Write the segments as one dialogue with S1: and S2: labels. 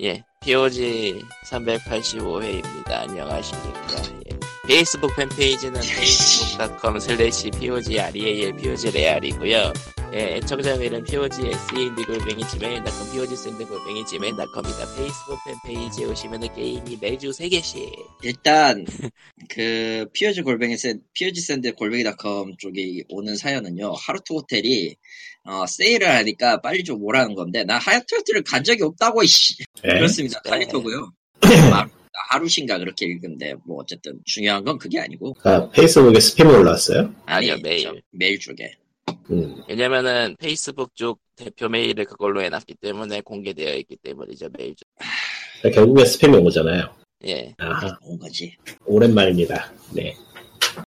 S1: 예, POG 385회입니다. 안녕하십니까. 예. 페이스북 팬페이지는 facebook.com slash POGREAL POGREAL이고요. 예, 애청자 메일은 POG E SEND골뱅이 지메일.com POG E SEND골뱅이 지메일.com이다. 페이스북 팬페이지에 오시면 게임이 매주 3개씩.
S2: 일단 그 피어즈 골뱅이 샌 피어즈 샌드 골뱅이닷컴 쪽에 오는 사연은요 하루트 호텔이 어, 세일을 하니까 빨리 좀 오라는 건데 나 하루트 호텔을 간 적이 없다고 이씨 그렇습니다
S1: 네.
S2: 카리토고요 아, 하루신가 그렇게 읽은데 뭐 어쨌든 중요한 건 그게 아니고 네,
S3: 아, 페이스북에 스팸이 올라왔어요?
S1: 아니요, 메일.
S2: 저 메일 쪽에
S3: 음,
S1: 왜냐면은 페이스북 쪽 대표 메일을 그걸로 해놨기 때문에 공개되어 있기 때문이죠, 메일 쪽.
S3: 그러니까 결국에 스팸이 오잖아요.
S1: 예.
S3: 아하,
S2: 온 거지
S3: 오랜만입니다. 네.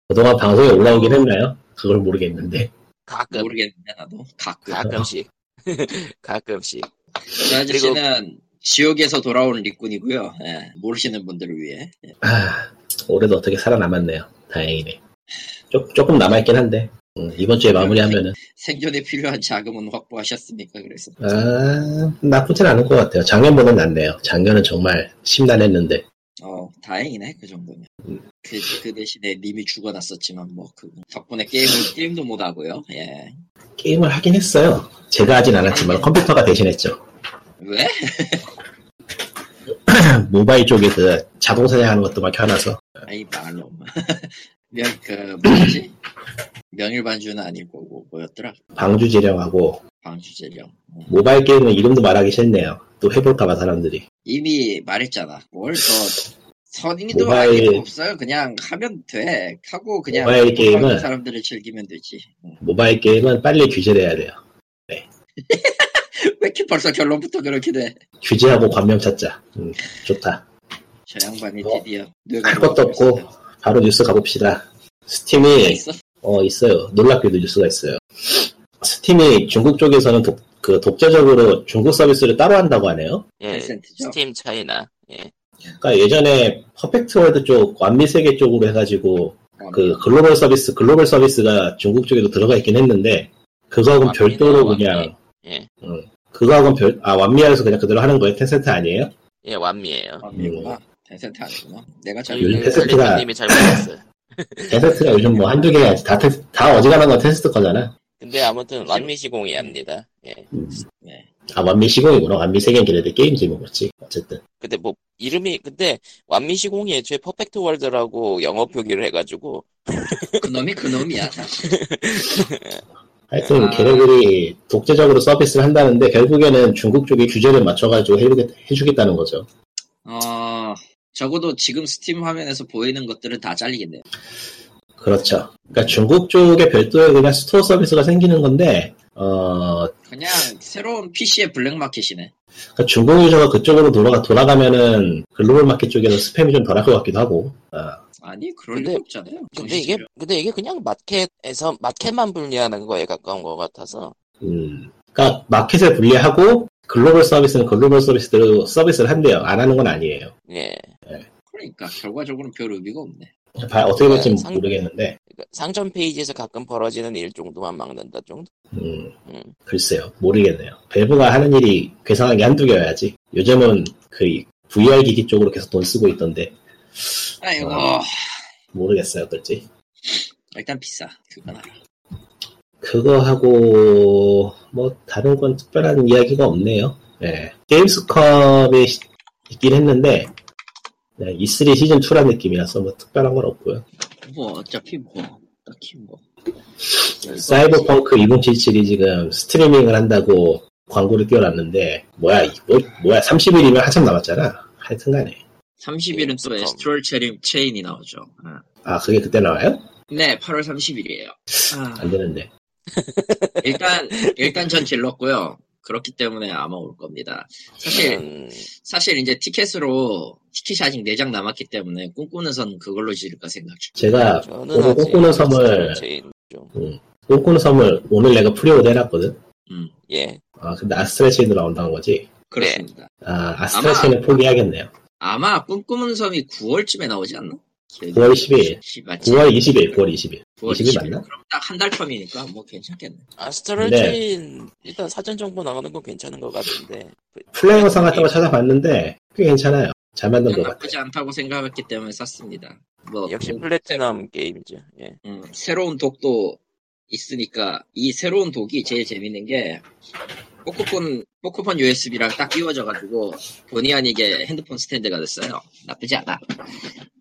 S3: 그동안 방송에 올라오긴 했나요? 그걸 모르겠는데.
S1: 가끔,
S2: 모르겠는데 나도 가끔
S1: 아, 가끔씩. 가끔씩.
S2: 저그 아저씨는 지옥에서 돌아오는 리꾼이고요 예, 모르시는 분들을 위해 예.
S3: 아, 올해도 어떻게 살아남았네요. 다행이네. 조, 조금 남아있긴 한데. 음, 이번 주에 마무리하면은.
S2: 생존에 필요한 자금은 확보하셨습니까 그래서
S3: 아, 나쁘진 않을 것 같아요. 작년보다 낫네요. 작년은 정말 심란했는데.
S2: 어, 다행이네, 그 정도면. 그, 그 대신에 님이 죽어났었지만, 뭐, 그, 덕분에 게임을, 게임도 못하고요, 예.
S3: 게임을 하긴 했어요. 제가 하진 않았지만 컴퓨터가 대신했죠.
S2: 왜?
S3: 모바일 쪽에 그 자동 사냥하는 것도 막 켜놔서.
S2: 아이, 말놈. 명, 그, 뭐지? 명일반주는 아니고, 뭐, 뭐였더라?
S3: 방주지령하고
S2: 방주재령. 어.
S3: 모바일 게임은 이름도 말하기 싫네요. 또 해볼까봐 사람들이.
S2: 이미 말했잖아. 뭘 더, 선인도
S3: 모바일-
S2: 아니도 없어요. 그냥 하면 돼. 하고, 그냥,
S3: 모바일 게임은-
S2: 모바일 사람들을 즐기면 되지. 응.
S3: 모바일 게임은 빨리 규제돼야 돼요.
S2: 왜 이렇게 벌써 결론부터 그렇게 돼?
S3: 규제하고 관명 찾자. 음, 좋다.
S2: 저 양반이
S3: 뭐,
S2: 드디어. 뇌가
S3: 할 것도 없고 바로 뉴스 가봅시다. 스팀이
S2: 있어?
S3: 어 있어요. 놀랍게도 뉴스가 있어요. 스팀이 중국 쪽에서는 독, 그 독자적으로 중국 서비스를 따로 한다고 하네요.
S1: 예.
S2: 죠
S1: 스팀 차이나. 예.
S3: 그러니까 예전에 퍼펙트 월드 쪽 완미 세계 쪽으로 해가지고
S2: 어,
S3: 그 글로벌 서비스 글로벌 서비스가 중국 쪽에도 들어가 있긴 했는데 그거하고는
S1: 완미네요,
S3: 별도로
S1: 완미.
S3: 그냥
S1: 예.
S3: 음, 그거하고는 별, 아, 완미하에서 그냥 그대로 하는 거예요? 텐센트 아니에요?
S1: 예, 완미예요. 음.
S2: 미구나 텐센트 아니구나. 내가 잘
S3: 요즘
S1: 저희
S3: 테스트가-
S1: 클리퍼님이 잘못했어요.
S3: 텐센트가 요즘 뭐 한두 개, 다, 텐- 다 어지간한 건 텐센트 거잖아.
S1: 근데 아무튼 완미 시공이 합니다. 예.
S2: 네.
S3: 아, 완미 시공이구나. 완미 세계는 걔네들 게임 제목 그렇지. 어쨌든.
S1: 근데 뭐 이름이 근데 완미 시공이 애초에 퍼펙트 월드라고 영어 표기를 해가지고
S2: 그놈이 그놈이야. 사실.
S3: 하여튼
S2: 아.
S3: 걔네들이 독자적으로 서비스를 한다는데 결국에는 중국 쪽이 규제를 맞춰가지고 해주겠, 해주겠다는 거죠.
S2: 어, 적어도 지금 스팀 화면에서 보이는 것들은 다 잘리겠네요.
S3: 그렇죠. 그러니까 중국 쪽에 별도의 그냥 스토어 서비스가 생기는 건데, 어,
S2: 그냥 새로운 PC의 블랙마켓이네.
S3: 그러니까 중국 유저가 그쪽으로 돌아가, 돌아가면은 글로벌 마켓 쪽에서 스팸이 좀 덜할 것 같기도 하고, 어,
S2: 아니 그럴
S1: 근데-
S2: 리가 없잖아요.
S1: 근데 이게 근데 이게 그냥 마켓에서 마켓만 분리하는 거에 가까운 것 같아서
S3: 음, 그러니까 마켓에 분리하고 글로벌 서비스는 글로벌 서비스대로 서비스를 한대요. 안 하는 건 아니에요.
S1: 예
S2: 그러니까 결과적으로는 별 의미가 없네.
S3: 봐- 어떻게 될지
S1: 네, 상-
S3: 모르겠는데,
S1: 그러니까 상점 페이지에서 가끔 벌어지는 일 정도만 막는다 정도
S3: 음,
S1: 음.
S3: 글쎄요, 모르겠네요. 밸브가 하는 일이 괴상한 게 한두 개여야지. 요즘은 그 이- VR 기기 쪽으로 계속 돈 쓰고 있던데
S2: 아이고
S3: 아. 모르겠어요, 어떨지.
S2: 일단 비싸. 그건 알아.
S3: 그거 하고 뭐 다른 건 특별한 이야기가 없네요. 예, 게임스컴이 시- 있긴 했는데 네, E3 시즌 2란 느낌이라서 뭐 특별한 건 없고요.
S2: 뭐 어차피 뭐 딱히 뭐.
S3: 사이버펑크 2077이 지금 스트리밍을 한다고 광고를 띄워놨는데 뭐야 이- 뭐, 뭐야 30일이면 한참 남았잖아 하여튼간에
S2: 30일은 또
S1: 예,
S2: 에스트롤 체인 체인이 나오죠. 아.
S3: 아 그게 그때 나와요?
S2: 네, 8월 30일이에요. 아.
S3: 안 되는데
S2: 일단 일단 전 질렀고요. 그렇기 때문에 아마 올 겁니다.
S3: 예.
S2: 사실
S1: 음,
S2: 사실 이제 티켓으로 티켓이 아직 4장 남았기 때문에 꿈꾸는 선 그걸로 지를까 생각 중.
S3: 제가
S1: 저는
S3: 오늘 꿈꾸는 섬을
S1: 제인 좀,
S3: 꿈꾸는 섬을 오늘 내가 프리오드 해놨거든
S1: 예
S3: 아 근데 아스트라 체인도 나온다는 거지
S1: 네.
S2: 그렇습니다.
S3: 아 아스트라
S2: 아마-
S3: 체인을 포기하겠네요
S2: 아마 꿈꾸는 섬이 9월쯤에 나오지 않나? 기억이
S3: 9월 10일.
S2: 시- 맞지?
S3: 9월 20일, 9월 20일.
S2: 9월
S3: 20일
S2: 20일.
S3: 맞나?
S2: 그럼 딱 한 달 텀이니까 뭐 괜찮겠네.
S1: 아스트랄
S3: 네.
S1: 체인 일단 사전 정보 나가는 건 괜찮은 것 같은데
S3: 플레이
S2: 네,
S3: 영상 같은 거 찾아봤는데 꽤 괜찮아요. 잘 만든 것 같아요.
S2: 나쁘지 않다고 생각했기 때문에 샀습니다.
S3: 어,
S2: 뭐
S1: 역시
S3: 네.
S2: 음,
S1: 플래티넘 게임이죠. 예.
S2: 음, 새로운 독도 있으니까 이 새로운 독이 제일 재밌는 게 포크폰 포크폰 USB랑 딱 끼워져가지고 본의 아니게 핸드폰 스탠드가 됐어요. 나쁘지 않아.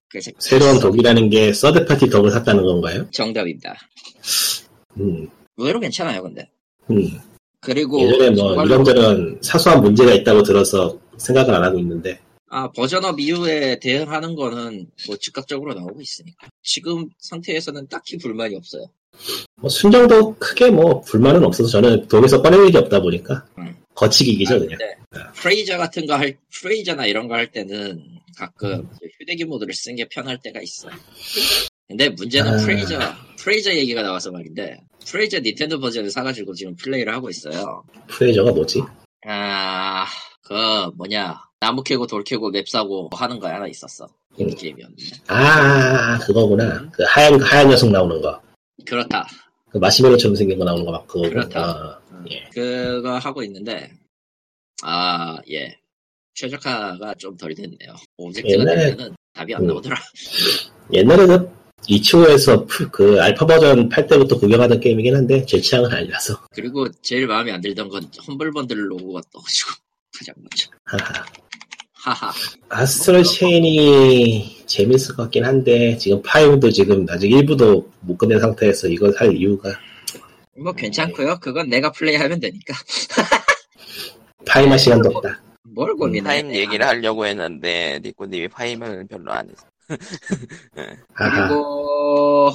S2: 그래서
S3: 새로운 독이라는 게 서드파티 독을 샀다는 건가요?
S2: 정답입니다.
S3: 음,
S2: 의외로 괜찮아요, 근데.
S3: 음.
S2: 그리고
S3: 예전에 뭐
S2: 정말로-
S3: 이런저런 사소한 문제가 있다고 들어서 생각을 안 하고 있는데
S2: 아, 버전업 이후에 대응하는 거는 뭐 즉각적으로 나오고 있으니까. 지금 상태에서는 딱히 불만이 없어요.
S3: 뭐 순정도 크게 뭐 불만은 없어서 저는 독에서 꺼낼 일이 없다 보니까
S2: 음.
S3: 거치기기죠
S2: 아,
S3: 그냥
S2: 근데 프레이저 같은 거 할, 프레이저나 이런 거 할 때는
S3: 음.
S2: 가끔 휴대기 모드를 쓰는 게 편할 때가 있어. 근데 문제는
S3: 아.
S2: 프레이저, 프레이저 얘기가 나와서 말인데, 프레이저 닌텐도 버전을 사가지고 지금 플레이를 하고 있어요.
S3: 프레이저가 뭐지?
S2: 아, 그 뭐냐. 나무 캐고 돌 캐고 맵 사고 하는 거 하나 있었어.
S3: 음.
S2: 게임이었는데.
S3: 아, 아 아, 그거구나 그 하얀 하얀 녀석 나오는 거그
S2: 그렇다.
S3: 마시멜로처럼 생긴 거 나오는 거 막 그거고
S2: 그렇다.
S3: 아, 예.
S2: 그거 하고 있는데 아 예. 최적화가 좀 덜 됐네요. 오브젝트가
S3: 옛날에-
S2: 되면은 답이
S3: 음.
S2: 안 나오더라.
S3: 옛날에 그 이치오에서 풀- 그 알파 버전 팔 때부터 구경하던 게임이긴 한데 제 취향은 아니라서
S2: 그리고 제일 마음에 안 들던 건 험블번들 로고가 떠가지고 가장 먼저
S3: 하하.
S2: 하하
S3: 아, 아스트럴 체인이 재밌을 것 같긴 한데 지금 파이브도 지금 아직 일부도 못 끝낸 상태에서 이걸 할 이유가
S2: 뭐
S1: 음.
S2: 괜찮고요. 그건 내가 플레이하면 되니까
S3: 파이마 시간도 없다.
S2: 뭘 고민해.
S1: 파임 음, 얘기를 하려고 했는데 니꾸님이 파임을 별로 안 해서
S3: 아하,
S2: 그리고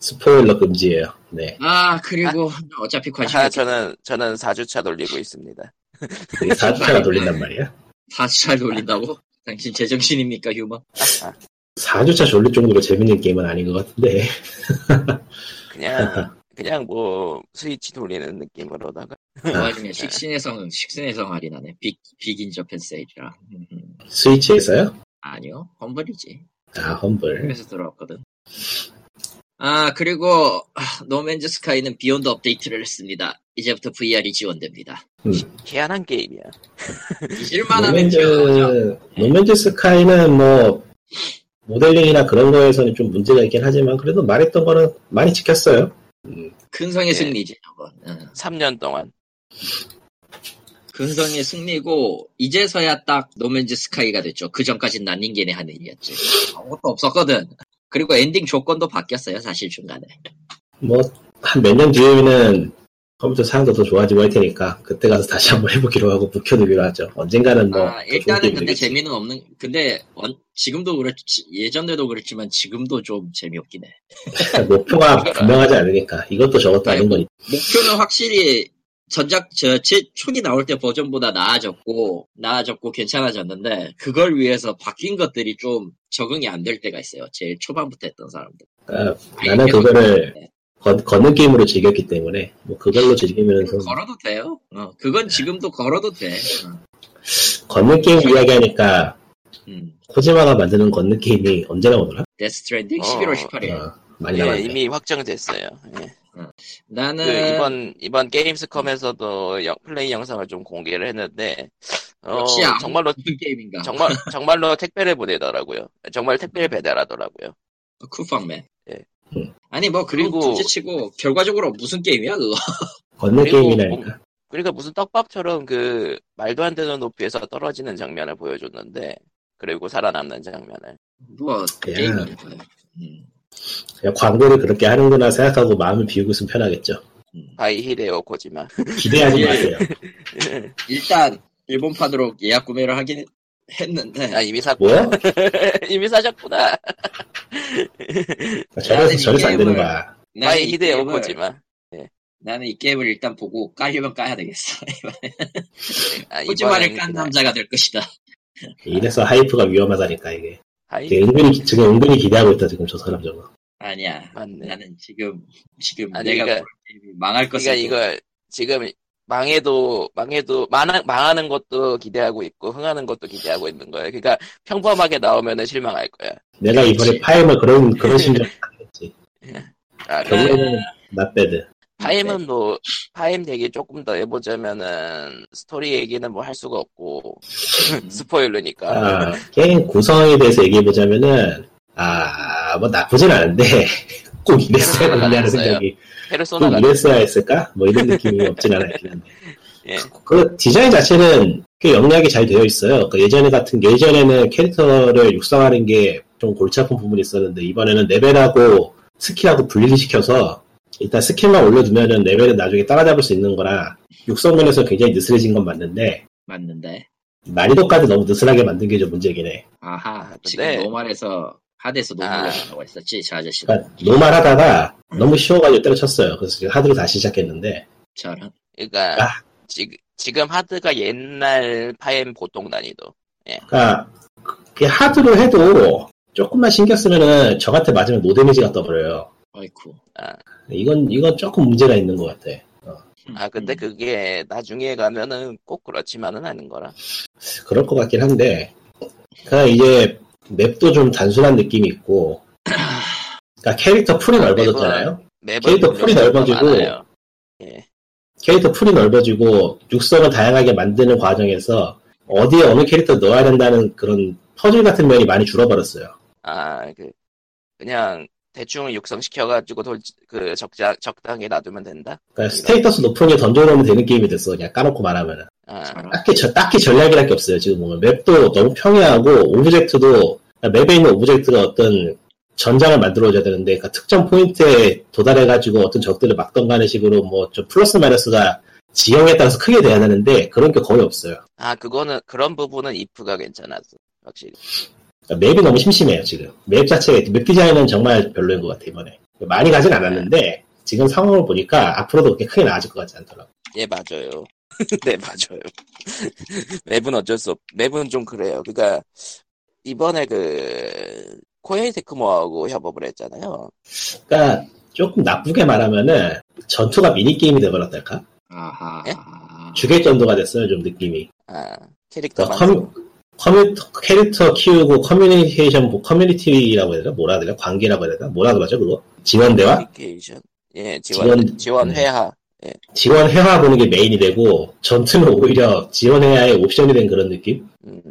S3: 스포일러 금지예요. 네,
S2: 아 그리고 어차피 관심
S1: 아,
S2: 없
S1: 저는 저는 4주차 돌리고 있습니다.
S3: 우리 4주차가 돌린단 말이야.
S2: 다시 잘 돌린다고? 당신 제정신입니까 휴먼?
S1: 아,
S3: 4주차 졸릴 정도로 재밌는 게임은 아닌 것 같은데
S1: 그냥 그냥 뭐 스위치 돌리는 느낌으로다가
S2: 그 와중에 식신의 성은 식신의 성 할인하네. 빅 빅인 저펜 세일이라. 음,
S3: 스위치에서요?
S2: 아니요 험블이지.
S3: 아 험블.
S2: 에서 들어왔거든. 아 그리고 아, 노맨즈 스카이는 비욘드 업데이트를 했습니다. 이제부터 VR이 지원됩니다.
S1: 희한한 게임이야.
S2: 잊을만하면
S3: 노맨즈
S2: 지원하죠.
S3: 노맨즈 스카이는 뭐 모델링이나 그런 거에서는 좀 문제가 있긴 하지만 그래도 말했던 거는 많이 지켰어요.
S2: 근성의
S1: 예.
S2: 승리지 이건. 응.
S1: 3년 동안
S2: 근성의 승리고 이제서야 딱 노맨즈 스카이가 됐죠. 그 전까진 난 인간의 하늘이었지. 아무것도 없었거든. 그리고 엔딩 조건도 바뀌었어요. 사실 중간에.
S3: 뭐 한 몇 년 뒤에는 컴퓨터 사양도 더 좋아지고 할 테니까 그때 가서 다시 한번 해보기로 하고 묵혀두기로 하죠. 언젠가는 뭐
S2: 아,
S3: 더 좋은
S2: 일단은
S3: 게임이
S2: 근데
S3: 되겠지.
S2: 재미는 없는. 근데 언- 지금도 그렇지 예전에도 그랬지만 지금도 좀 재미없긴 해.
S3: 목표가 분명하지 않으니까 이것도 저것도 아닌 거니
S2: 목표는 확실히 전작 저제 초기 나올 때 버전보다 나아졌고 나아졌고 괜찮아졌는데 그걸 위해서 바뀐 것들이 좀 적응이 안 될 때가 있어요. 제일 초반부터 했던 사람들.
S3: 까
S2: 아예
S3: 나는
S2: 계속
S3: 그거를
S2: 네.
S3: 거, 걷는 게임으로 즐겼기 때문에 뭐 그걸로 즐기면서
S2: 음,
S3: 네.
S2: 걸어도 돼요. 어, 그건 지금도 걸어도 돼. 어,
S3: 걷는 게임 이야기하니까
S2: 음.
S3: 코지마가 만드는 걷는 게임이 언제나 오더라?
S2: 데스 트랜딩
S1: 어,
S2: 11월 18일.
S3: 어, 많이
S1: 예,
S3: 나왔네.
S1: 이미 확정됐어요. 예.
S2: 나는
S1: 그 이번 이번 게임스컴에서도 영- 플레이 영상을 좀 공개를 했는데 어,
S2: 역시 아무-
S1: 정말로
S2: 무슨 게임인가?
S1: 정말 정말로 택배를 보내더라고요. 정말 택배를 배달하더라고요.
S2: 어, 쿠팡맨.
S1: 예.
S3: 음.
S2: 아니 뭐 그리고
S1: 그리고-
S2: 둘째치고 결과적으로 무슨 게임이야 그거?
S3: 걷는
S1: 그리고
S3: 게임이라니까.
S1: 그러니까 무슨 떡밥처럼 그 말도 안 되는 높이에서 떨어지는 장면을 보여줬는데 그리고 살아남는 장면을
S2: 뭐 게임이야. 음.
S3: 그냥 광고를 그렇게 하는구나 생각하고 마음을 비우고 있으면 편하겠죠.
S1: 바이 히데오 코지마.
S3: 기대하지
S2: 예.
S3: 마세요.
S2: 일단 일본판으로 예약 구매를 하긴 했는데
S1: 아 이미 샀고
S3: 뭐야?
S1: 이미 사셨구나.
S3: 저래서 저래서 안 되는
S2: 게임을-
S3: 거야.
S2: 나는
S1: 바이
S2: 네, 이
S1: 히데오
S2: 게임을- 그
S1: 코지마. 아,
S2: 나는 이 게임을 일단 보고 깔려면 까야 되겠어.
S1: 아,
S2: 꼬지마를
S1: 이번에는
S2: 깐
S1: 그냥
S2: 남자가 될 것이다.
S3: 이래서 하이프가 위험하다니까 이게.
S1: 바이
S3: 이게 은근히 기- 지금 은근히 기대하고 있다 지금 저 사람 저거.
S2: 아니야.
S1: 맞네.
S2: 나는 지금 지금
S1: 아니,
S2: 내가
S1: 그러니까-
S2: 볼 게임이 망할
S1: 그러니까
S2: 것을
S1: 이걸 지금 망해도 망해도 망하, 망하는 것도 기대하고 있고 흥하는 것도 기대하고 있는 거예요. 그러니까 평범하게 나오면은 실망할 거야.
S3: 내가 이번에
S2: 그렇지.
S3: 파임을 그런 그런
S1: 네.
S3: 심정 했지.
S1: 아, 그
S3: 결국에는 나배드.
S1: 파임은 뭐 파임 얘기 조금 더 해보자면은 스토리 얘기는 뭐 할 수가 없고 스포일러니까
S3: 아, 게임 구성에 대해서 얘기해 보자면은 아뭐 나쁘진 않은데 꼭 이랬어야 된다는
S1: 아, 알았어요.
S3: 생각이 꼭
S1: 페르소나 같은
S3: 이랬어야 했을까? 뭐 이런 느낌이 없진 않아 있긴 한데.
S1: 예.
S3: 그 디자인 자체는 꽤 영리하게 잘 되어 있어요. 그 예전에 같은 게 예전에는 캐릭터를 육성하는 게 좀 골치 아픈 부분이 있었는데 이번에는 레벨하고 스킬하고 분리를 시켜서 일단 스킬만 올려두면은 레벨은 나중에 따라잡을 수 있는 거라 육성면에서 굉장히 느슨해진 건 맞는데
S2: 맞는데
S3: 난이도까지 너무 느슨하게 만든 게 좀 문제긴 해.
S2: 아하
S1: 아,
S2: 지금
S1: 근데-
S2: 노말에서 하드에서
S1: 아.
S2: 노말이라고 했었지 저 아저씨는
S3: 그러니까 노말하다가 너무 쉬워가지고 때려쳤어요. 그래서 지금 하드로 다시 시작했는데
S2: 저런
S1: 그러니까
S3: 아.
S1: 지, 지금 하드가 옛날 파임 보통 난이도
S3: 그러니까 그게 하드로 해도 조금만 신경 쓰면은 저한테 맞으면 노데미지가 떠버려요.
S2: 어이쿠
S3: 그러니까 이건 이건 조금 문제가 있는 것 같아.
S2: 음.
S1: 아 근데 그게 나중에 가면은 꼭 그렇지만은 않은 거라
S3: 그럴 것 같긴 한데, 그러니까 이제 맵도 좀 단순한 느낌이 있고, 그러니까 캐릭터 풀이
S1: 아,
S3: 넓어졌잖아요.
S1: 맵은
S3: 캐릭터 풀이
S1: 물론
S3: 넓어지고.
S1: 많아요. 예.
S3: 캐릭터 풀이 넓어지고 육성을 다양하게 만드는 과정에서 어디에 어느 캐릭터 넣어야 된다는 그런 퍼즐 같은 면이 많이 줄어버렸어요.
S1: 아그 그냥 대충 육성시켜가지고 돌, 그 적자, 적당히 놔두면 된다
S3: 그러니까 스테이터스 높은 게 던져놓으면 되는 게임이 됐어. 그냥 까놓고 말하면은
S1: 아,
S2: 저런
S3: 딱히 저- 딱히 전략이랄 게 없어요. 지금 보면 맵도 너무 평이하고 오브젝트도 그러니까 맵에 있는 오브젝트가 어떤 전장을 만들어줘야 되는데 그러니까 특정 포인트에 도달해가지고 어떤 적들을 막던가 하는 식으로 뭐 좀 플러스 마이너스가 지형에 따라서 크게 돼야 되는데 그런 게 거의 없어요.
S1: 아 그거는 그런 부분은 if가 괜찮았어 확실히
S3: 그러니까 맵이 너무 심심해요 지금. 맵 자체 맵 디자인은 정말 별로인 것 같아 이번에. 많이 가진 않았는데 지금 상황을 보니까 앞으로도 그렇게 크게 나아질 것 같지 않더라고.
S1: 예, 맞아요. 네, 맞아요. 맵은 어쩔 수 없, 맵은 좀 그래요. 그니까, 이번에 그, 코에이 테크모하고 협업을 했잖아요.
S3: 그러니까 조금 나쁘게 말하면은 전투가 미니 게임이 돼버렸달까?
S2: 아하
S1: 예?
S3: 주객 전도가 됐어요 좀 느낌이.
S1: 아,
S3: 그
S1: 캐릭터
S3: 커뮤,
S1: 만들고.
S3: 커뮤- 캐릭터 키우고 커뮤니케이션, 뭐 커뮤니티라고 해야 되나? 뭐라 해야 되나? 관계라고 해야 되나? 뭐라 그러죠, 그거? 지원대화?
S1: 커뮤니케이션. 예, 지원,
S3: 지원-
S1: 지원 회화.
S3: 지원회화 보는 게 메인이 되고, 전투는 오히려 지원회화의 옵션이 된 그런 느낌?
S1: 음,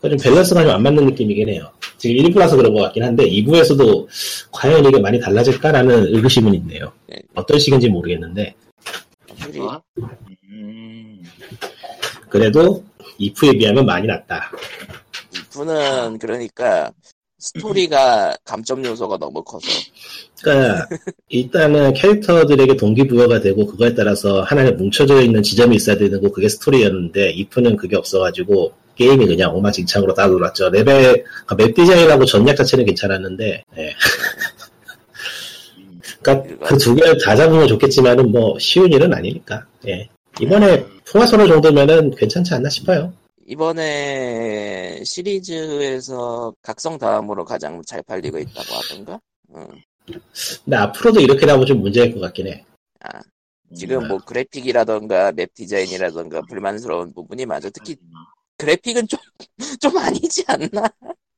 S3: 그러니까 좀 밸런스가 좀 안 맞는 느낌이긴 해요. 지금 1부라서 그런 것 같긴 한데, 2부에서도 과연 이게 많이 달라질까라는 의구심은 있네요.
S1: 네.
S3: 어떤 식인지 모르겠는데,
S1: 확실히
S2: 어? 음,
S3: 그래도 2부에 비하면 많이 낫다.
S1: 이분은, 그러니까, 스토리가 감점 요소가 너무 커서.
S3: 그러니까 일단은 캐릭터들에게 동기부여가 되고 그거에 따라서 하나의 뭉쳐져 있는 지점이 있어야 되는 거 그게 스토리였는데 이프는 그게 없어가지고 게임이 그냥 엉망진창으로 다 놀았죠. 레벨 아, 맵 디자인하고 전략 자체는 괜찮았는데 예. 그러니까 그 두 개를 다 잡으면 좋겠지만은 뭐 쉬운 일은 아니니까 예. 이번에 풍화선호 정도면은 괜찮지 않나 싶어요.
S1: 이번에 시리즈에서 각성 다음으로 가장 잘 팔리고 있다고 하던가? 음.
S3: 근데 앞으로도 이렇게 나오면 좀 문제일 것 같긴 해.
S1: 지금
S2: 음.
S1: 뭐 그래픽이라던가 맵 디자인이라던가 불만스러운 부분이 맞아. 특히
S2: 음.
S1: 그래픽은 좀, 좀 아니지 않나?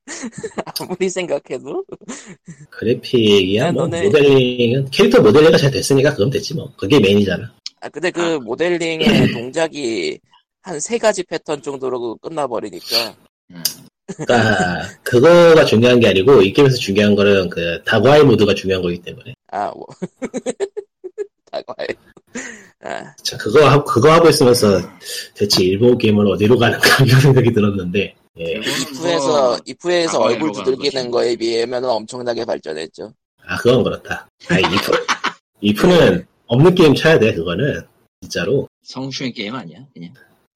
S1: 아무리 생각해도.
S3: 그래픽이야
S1: 야,
S3: 뭐
S1: 너네-
S3: 모델링은 캐릭터 모델링이 잘 됐으니까 그건 됐지 뭐 그게 메인이잖아.
S1: 아, 근데 그 모델링의 동작이 한 세 가지 패턴 정도로 끝나버리니까.
S2: 음.
S3: 그러니까 그거가 중요한 게 아니고 이 게임에서 중요한 거는 그 다과의 모드가 중요한 거기 때문에
S1: 아, 뭐. 다과해. 아,
S3: 자, 그거 하고 그거 하고 있으면서 대체 일본 게임은 어디로 가는가 이런 생각이 들었는데 예.
S2: 뭐
S1: 이프에서, 이프에서
S2: 다과에
S1: 얼굴
S2: 들어가는
S1: 두들기는
S2: 거지.
S1: 거에 비하면 엄청나게 발전했죠.
S3: 아 그건 그렇다 아 이프 이프는 없는 게임 쳐야 돼 그거는 진짜로
S2: 성추행 게임 아니야 그냥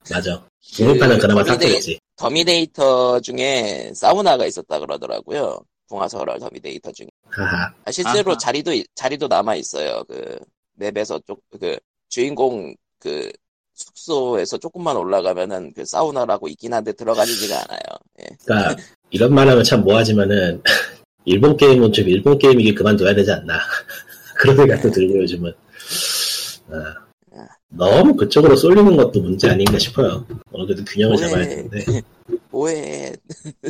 S3: 맞아 중국판은 그나마
S1: 더미데이-
S3: 탑재겠지
S1: 더미네이터 중에 사우나가 있었다 그러더라고요. 붕화설월 더미네이터 중에.
S3: 하하
S1: 아, 실제로
S2: 아하.
S1: 자리도 있- 자리도 남아 있어요. 그 맵에서 쪽 그 주인공 그 숙소에서 조금만 올라가면은 그 사우나라고 있긴 한데 들어가지지가 않아요. 예.
S3: 그러니까 이런 말하면 참 뭐하지만은 일본 게임은 좀 일본 게임이길 그만둬야 되지 않나 그런 생각도 들고 요즘은 아, 너무 그쪽으로 쏠리는 것도 문제 아닌가 싶어요 어느 정도 균형을 잡아야 되는데
S1: 뭐해?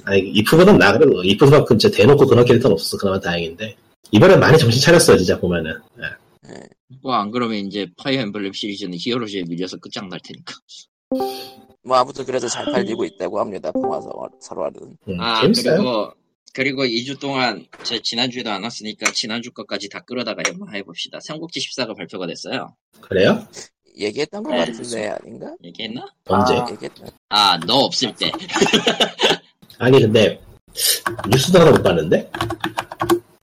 S3: 아니 이프보단 나 그래도 이프만큼 진짜 대놓고 그런 캐릭터는 없어서 그나마 다행인데 이번엔 많이 정신 차렸어요 진짜 보면은 예.
S2: 뭐 안 그러면 이제 파이어 엠블렘 시리즈는 히어로즈에 밀려서 끝장날 테니까.
S1: 뭐 아무튼 그래서 잘 팔리고 있다고 합니다. 봉화서 서로하는.
S3: 음,
S2: 아
S3: 재밌어요
S2: 그리고 그리고 2주 동안 제 지난주에도 안 왔으니까 지난주 것까지 다 끌어다가 연마해 봅시다. 삼국지 14가 발표가 됐어요.
S3: 그래요?
S1: 얘기했던 거
S2: 네,
S1: 같은데 아닌가?
S2: 얘기했나?
S3: 언제?
S1: 아, 얘기했던.
S2: 아 너 없을 때.
S3: 아니 근데 뉴스도 하나 못 봤는데?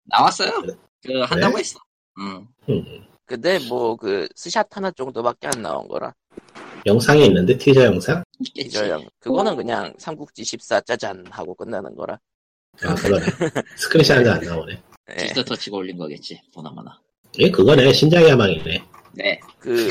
S2: 나왔어요.
S3: 그래.
S2: 그
S3: 네.
S2: 한다고 했어. 음.
S3: 음,
S1: 근데 뭐 그 스샷 하나 정도밖에 안 나온 거라.
S3: 영상이 있는데 티저 영상?
S2: 있겠지.
S1: 이저형 그거는 그냥 삼국지 14 짜잔 하고 끝나는 거라.
S3: 아 그러네 스크린샷 하나 안 나오네
S1: 예.
S2: 디지털 터치가 올린 거겠지. 보나마나.
S3: 예 그거네 신작의 야망이네
S2: 네.
S1: 그,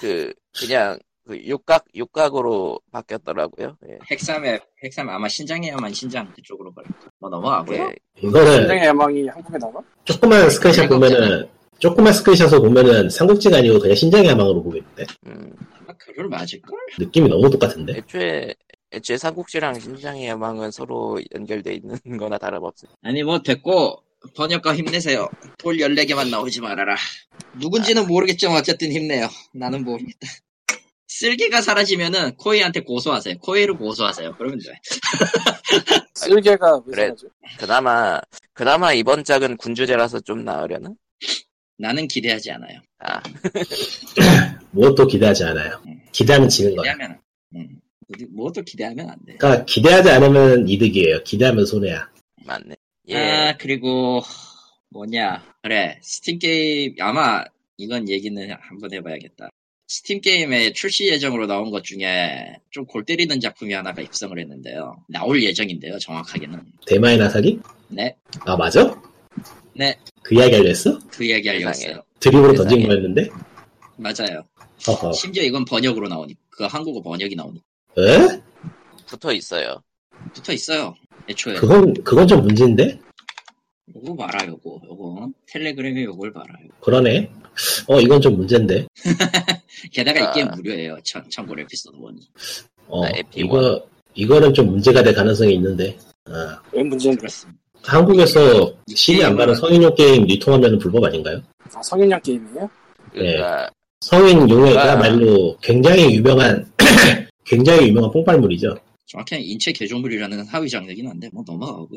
S1: 그, 그냥, 그 육각, 육각으로 바뀌었더라고요. 예.
S2: 핵삼에 핵삼 아마 신장이야만 신장 그쪽으로 갈. 뭐 넘어가고요.
S3: 네.
S1: 예.
S3: 이거는
S4: 굉장히 야망이 한국에 나와?
S3: 조그만 스크린샷 보면은 조그만 스크린샷으로 보면은 삼국지가 아니고 그냥 신작의 야망으로 보겠는데
S1: 음,
S2: 아마 그걸 맞을걸?
S3: 느낌이 너무 똑같은데
S1: 애초에, 애초에 삼국지랑 신장의 야망은 서로 연결돼 있는 거나 다름없어요.
S2: 아니 뭐 됐고 번역가 힘내세요. 돌 14개만 나오지 말아라. 누군지는 모르겠지만 어쨌든 힘내요. 나는 모르겠다. 쓸개가 사라지면은 코이한테 고소하세요. 코이를 고소하세요. 그러면 돼.
S4: 쓸개가 왜
S1: 그래.
S4: 사라져?
S1: 그나마, 그나마 이번 작은 군주제라서 좀 나으려나?
S2: 나는 기대하지 않아요.
S1: 아,
S3: 무엇도 기대하지 않아요 기대하면 지는 거야
S2: 기대하면 음. 뭐도 기대하면 안 돼.
S3: 그러니까 기대하지 않으면 이득이에요 기대하면 손해야
S1: 맞네.
S2: 아
S1: 예.
S2: 그리고 뭐냐 그래 스팀 게임 아마 이건 얘기는 한번 해봐야겠다 스팀 게임에 출시 예정으로 나온 것 중에 좀 골 때리는 작품이 하나가 입성을 했는데요 나올 예정인데요 정확하게는
S3: 대마의 나사기?
S2: 네네그
S3: 아 맞아? 그 이야기 알렸어?
S2: 이야기 하려고
S1: 세상에.
S2: 했어요
S3: 드립으로
S1: 세상에.
S3: 던진 거였는데?
S2: 맞아요
S3: 허허
S2: 심지어 이건 번역으로 나오니 그 한국어 번역이 나오니
S3: 에?
S2: 아.
S1: 붙어 있어요.
S2: 붙어 있어요 애초에
S3: 그건 그건 좀 문제인데?
S2: 요거 봐라 요거 요거 텔레그램에 요걸 봐라 요거.
S3: 그러네 어 이건 좀 문제인데
S2: 게다가 이 게임
S1: 아.
S2: 무료예요 참, 참고로 에피소드 1이
S3: 어
S1: 아, 에픽
S3: 이거 이거는 좀 문제가 될 가능성이 있는데 아,
S4: 왜
S1: 음.
S4: 문제인가?
S2: 그렇습니다
S3: 한국에서
S2: 이
S3: 신이 안
S2: 게임은-
S3: 받은 성인용 게임 유통하면 불법 아닌가요?
S4: 아, 성인용 게임이에요?
S1: 그러니까,
S3: 성인 용해가
S1: 아.
S3: 말로 굉장히 유명한 굉장히 유명한 뽕발물이죠.
S2: 정확히는 인체 개조물이라는 하위 장르긴 한데 뭐 넘어가고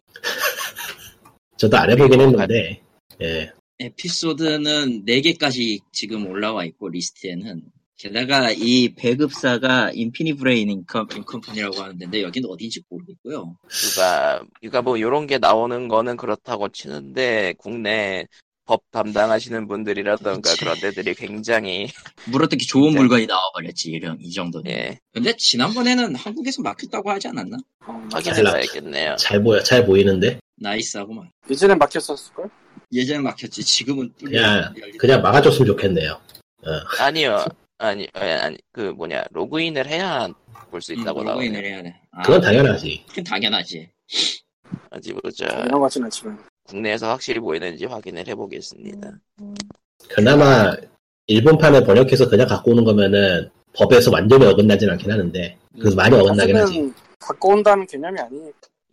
S3: 저도 안 해보긴
S1: 그리고
S3: 했는데 예
S2: 에피소드는 4개까지 지금 올라와 있고 리스트에는 게다가 이 배급사가 인피니 브레인 인컴 인컴퍼니라고 하는데 여기는 어딘지 모르겠고요.
S1: 그니까, 그니까 뭐 요런 게 나오는 거는 그렇다고 치는데, 국내 법 담당하시는 분들이라던가 그런 데들이 굉장히,
S2: 물어뜯기 좋은
S1: 네.
S2: 물건이 나와버렸지 이런 이 정도는.
S1: 예,
S2: 근데 지난번에는 한국에서 막혔다고 하지 않았나?
S4: 어,
S1: 확인해 봐야겠네요.
S3: 잘 보여 잘 보이는데
S2: 나이스하고만.
S4: 예전엔 막혔었을걸?
S2: 예전에 막혔지 지금은 뚫려.
S3: 그냥-
S2: 열린-
S3: 그냥 막아줬으면 좋겠네요.
S1: 아니요. 아니, 아니, 아니, 그 뭐냐, 로그인을 해야 볼 수
S2: 음,
S1: 있다고
S2: 로그인을
S1: 나오네.
S2: 해야 돼. 아,
S3: 그건 당연하지.
S2: 그건 당연하지.
S1: 어디 보자.
S4: 이런 거진 않지만.
S1: 국내에서 확실히 보이는지 확인을 해보겠습니다.
S3: 그나마 일본판을 번역해서 그냥 갖고 오는 거면은 법에서 완전히 어긋나진 않긴 하는데 그래서 많이 어긋나긴 음, 하지.
S4: 사실은 갖고 온다는 개념이 아니.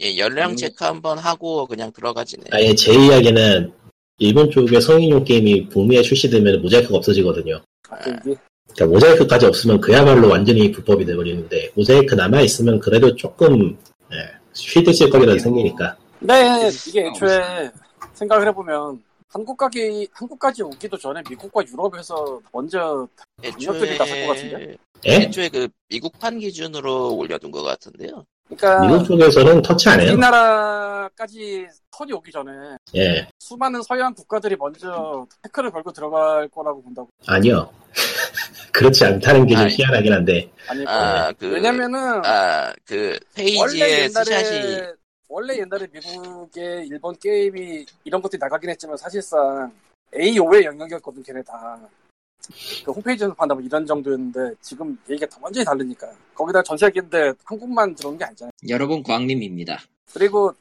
S1: 예, 연령
S2: 음.
S1: 체크 한번 하고 그냥 들어가지네.
S3: 아예 제 이야기는 일본 쪽의 성인용 게임이 북미에 출시되면 모자이크가 없어지거든요.
S4: 아, 그 이게
S3: 그러니까 모자이크까지 없으면 그야말로 완전히 불법이 돼버리는데 모자이크 남아 있으면 그래도 조금 예, 쉴드실 거리라도 생기니까
S4: 근데 이게 애초에 생각을 해보면 한국 가기 한국까지 오기도 전에 미국과 유럽에서 먼저
S1: 애초에
S4: 영역들이 다 바꿔 같은데?
S3: 예?
S1: 애초에 그 미국판 기준으로 올려둔 것 같은데요.
S3: 미국
S4: 그러니까
S3: 쪽에서는 터치 안
S4: 아,
S3: 해요.
S4: 우리나라까지 턴이 오기 전에
S3: 예
S4: 수많은 서양 국가들이 먼저 태클을 걸고 들어갈 거라고 본다고.
S3: 아니요 그렇지 않다는 게 좀
S1: 아니.
S3: 희한하긴 한데
S4: 아니
S1: 아, 그
S4: 왜냐면은
S1: 아, 그 페이지에 스샷이
S4: 원래 옛날에 미국의 일본 게임이 이런 것들이 나가긴 했지만 사실상 AO의 영역이었거든 걔네 다. 그 홈페이지에서 판다면 이런 정도였는데 지금 얘기가 더 완전히 다르니까 거기다 전 세계인데 한국만 들어온 게 아니잖아요.
S2: 여러분 광림입니다.
S4: 그리고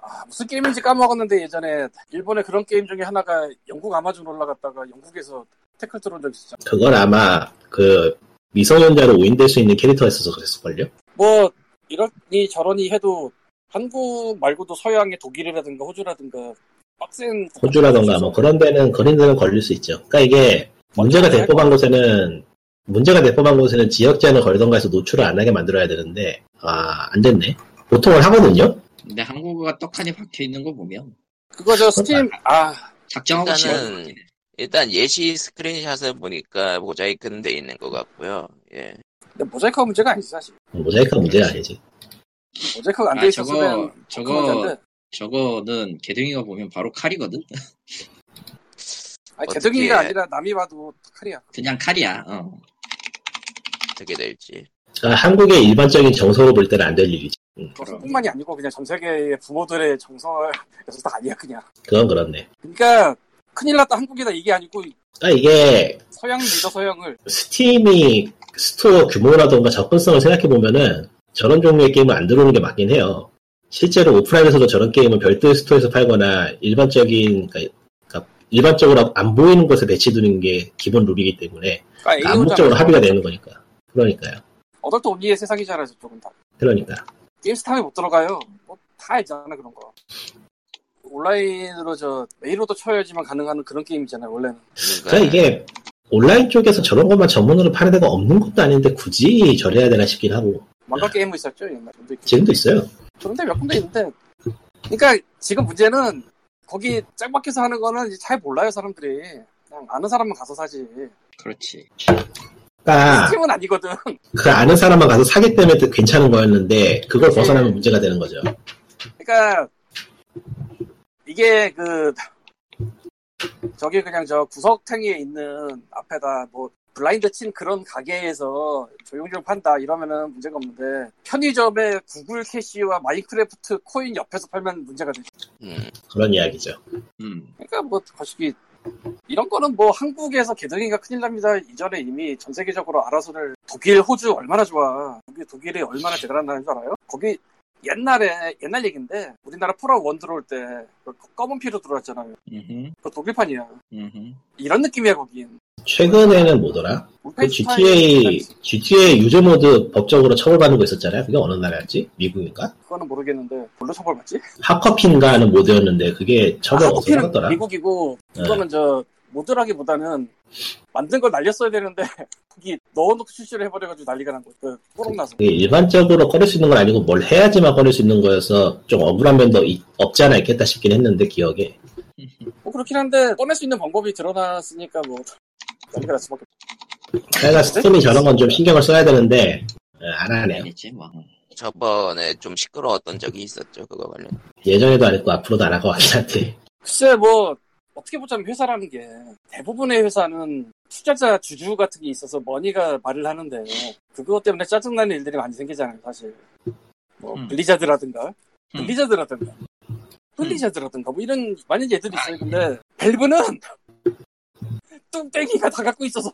S4: 아, 무슨 게임인지 까먹었는데 예전에 일본의 그런 게임 중에 하나가 영국 아마존 올라갔다가 영국에서 태클 들어온 적 있었죠.
S3: 그건 아마 그 미성년자로 오인될 수 있는 캐릭터가 있어서 그랬을걸요.
S4: 뭐 이러니 저러니 해도 한국 말고도 서양의 독일이라든가 호주라든가 빡센
S3: 호주라던가 뭐 그런 데는 그런 데는 걸릴 수 있죠. 그러니까 이게 문제가 대법한 곳에는 문제가 대법한 곳에는 지역 제한을 걸던가 해서 노출을 안 하게 만들어야 되는데 아안 됐네. 보통은 하거든요.
S2: 근데 한국어가 떡하니 박혀 있는 거 보면
S4: 그거 저 스팀 아
S2: 작정하고 지은
S1: 일단은-
S2: 것 같긴 해.
S1: 일단 예시 스크린샷을 보니까 모자이크는 돼 있는 것 같고요. 예.
S4: 근데 모자이크가 문제가 아니지 사실
S3: 모자이크가 문제가 아니지.
S4: 모자이크가 안 돼
S2: 아,
S4: 있었으면
S2: 저거
S4: 그
S2: 저거
S4: 문제인데
S2: 저거는 개둥이가 보면 바로 칼이거든.
S4: 아니
S1: 어떻게-
S4: 개등이가 아니라 남이 봐도 칼이야
S2: 그냥 칼이야. 어.
S1: 어떻게 될지.
S3: 그러니까 한국의 일반적인 정서로 볼 때는 안 될 일이지.
S4: 그거 한국만이 아니고 그냥 전 세계의 부모들의 정서에서 다 아니야 그냥
S3: 그건 그렇네.
S4: 그러니까 큰일 났다 한국이다 이게 아니고
S3: 그러니까 이게
S4: 서양 믿어 서양을
S3: 스팀이 스토어 규모라던가 접근성을 생각해보면은 저런 종류의 게임은 안 들어오는 게 맞긴 해요. 실제로 오프라인에서도 저런 게임은 별도의 스토어에서 팔거나 일반적인, 그러니까- 그러니까 일반적으로 안 보이는 곳에 배치두는 게 기본 룰이기 때문에
S4: 그러니까 A
S3: 암묵적으로
S4: 혼자만
S3: 합의가 되는 거니까. 그러니까요.
S4: 어덜트 온리의 세상이잖아 저쪽은 다
S3: 그러니까.
S4: 게임스탑에 못 들어가요 뭐 다 알잖아 그런 거 온라인으로 저 메일로도 쳐야지만 가능한 그런 게임이잖아요 원래는
S3: 그러니까
S1: 네.
S3: 이게 온라인 쪽에서 저런 것만 전문으로 파는 데가 없는 것도 아닌데 굳이 저래야 되나 싶긴 하고.
S4: 망가 게임은 있었죠 옛날에 근데
S3: 네. 지금도 있어요.
S4: 그런데 몇 군데 있는데 그러니까 지금 문제는 거기
S3: 네.
S4: 짱박해서 하는 거는 이제 잘 몰라요 사람들이 그냥 아는 사람만 가서 사지
S2: 그렇지.
S3: 그러니까
S4: 팀은 아니거든
S3: 그 아는 사람만 가서 사기 때문에 또 괜찮은 거였는데 그걸
S4: 그치.
S3: 벗어나면 문제가 되는 거죠.
S4: 그러니까 이게 그 저기 그냥 저 구석탱이에 있는 앞에다 뭐 블라인드 친 그런 가게에서 조용조용 판다 이러면은 문제가 없는데 편의점에 구글 캐시와 마인크래프트 코인 옆에서 팔면 문제가 되죠.
S1: 음,
S3: 그런 이야기죠.
S2: 음.
S4: 그러니까 뭐 거시기 이런 거는 뭐 한국에서 개등이가 큰일 납니다. 이전에 이미 전 세계적으로 알아서를 독일, 호주 얼마나 좋아. 독일, 독일이 얼마나 대단한 나라인 줄 알아요? 거기 옛날에 옛날 얘기인데 우리나라 포라 원 들어올 때그 검은 피로 들어왔잖아요.
S2: 음.
S4: 그 독일판이야.
S2: 음.
S4: 이런 느낌이야 거긴.
S3: 최근에는 뭐더라?
S4: 우리
S3: 그
S4: 페이스타임
S3: GTA
S4: 같이.
S3: GTA 유저 모드 법적으로 처벌받는 거 있었잖아요. 그게 어느 나라였지? 미국인가?
S4: 그거는 모르겠는데 뭘로 처벌받지?
S3: 하커핀가 하는 모드였는데 그게 처벌
S4: 아,
S3: 어디서
S4: 커피는
S3: 받더라? 네.
S4: 미국이고 이거는 저 모드라기보다는 만든 걸 날렸어야 되는데 거기 넣어놓고 출시를 해버려가지고 난리가 난 거야. 그 꼬록 나서.
S3: 그게 일반적으로 꺼낼 수 있는 건 아니고 뭘 해야지만 꺼낼 수 있는 거여서 좀 억울한 면도 이- 없지 않아 있겠다 싶긴 했는데 기억에
S4: 뭐 그렇긴 한데 꺼낼 수 있는 방법이 드러났으니까 뭐 난리가 날 수밖에 없
S3: 내가 스팀이 저런 건 좀 신경을 써야 되는데 어, 안 하네요.
S2: 아니지 뭐.
S1: 저번에 좀 시끄러웠던 적이 있었죠. 그거 관련.
S3: 예전에도 안 했고 앞으로도 안 할 것 같긴 한데
S4: 글쎄 뭐 어떻게 보자면 회사라는 게 대부분의 회사는 투자자 주주 같은 게 있어서 머니가 말을 하는데 그것 때문에 짜증나는 일들이 많이 생기잖아요 사실 뭐
S2: 음.
S4: 블리자드라든가
S2: 음.
S4: 블리자드라든가 블리자드라든가 뭐 이런 많은 얘들이 있어요 근데 밸브는 뚱땡이가 다 갖고 있어서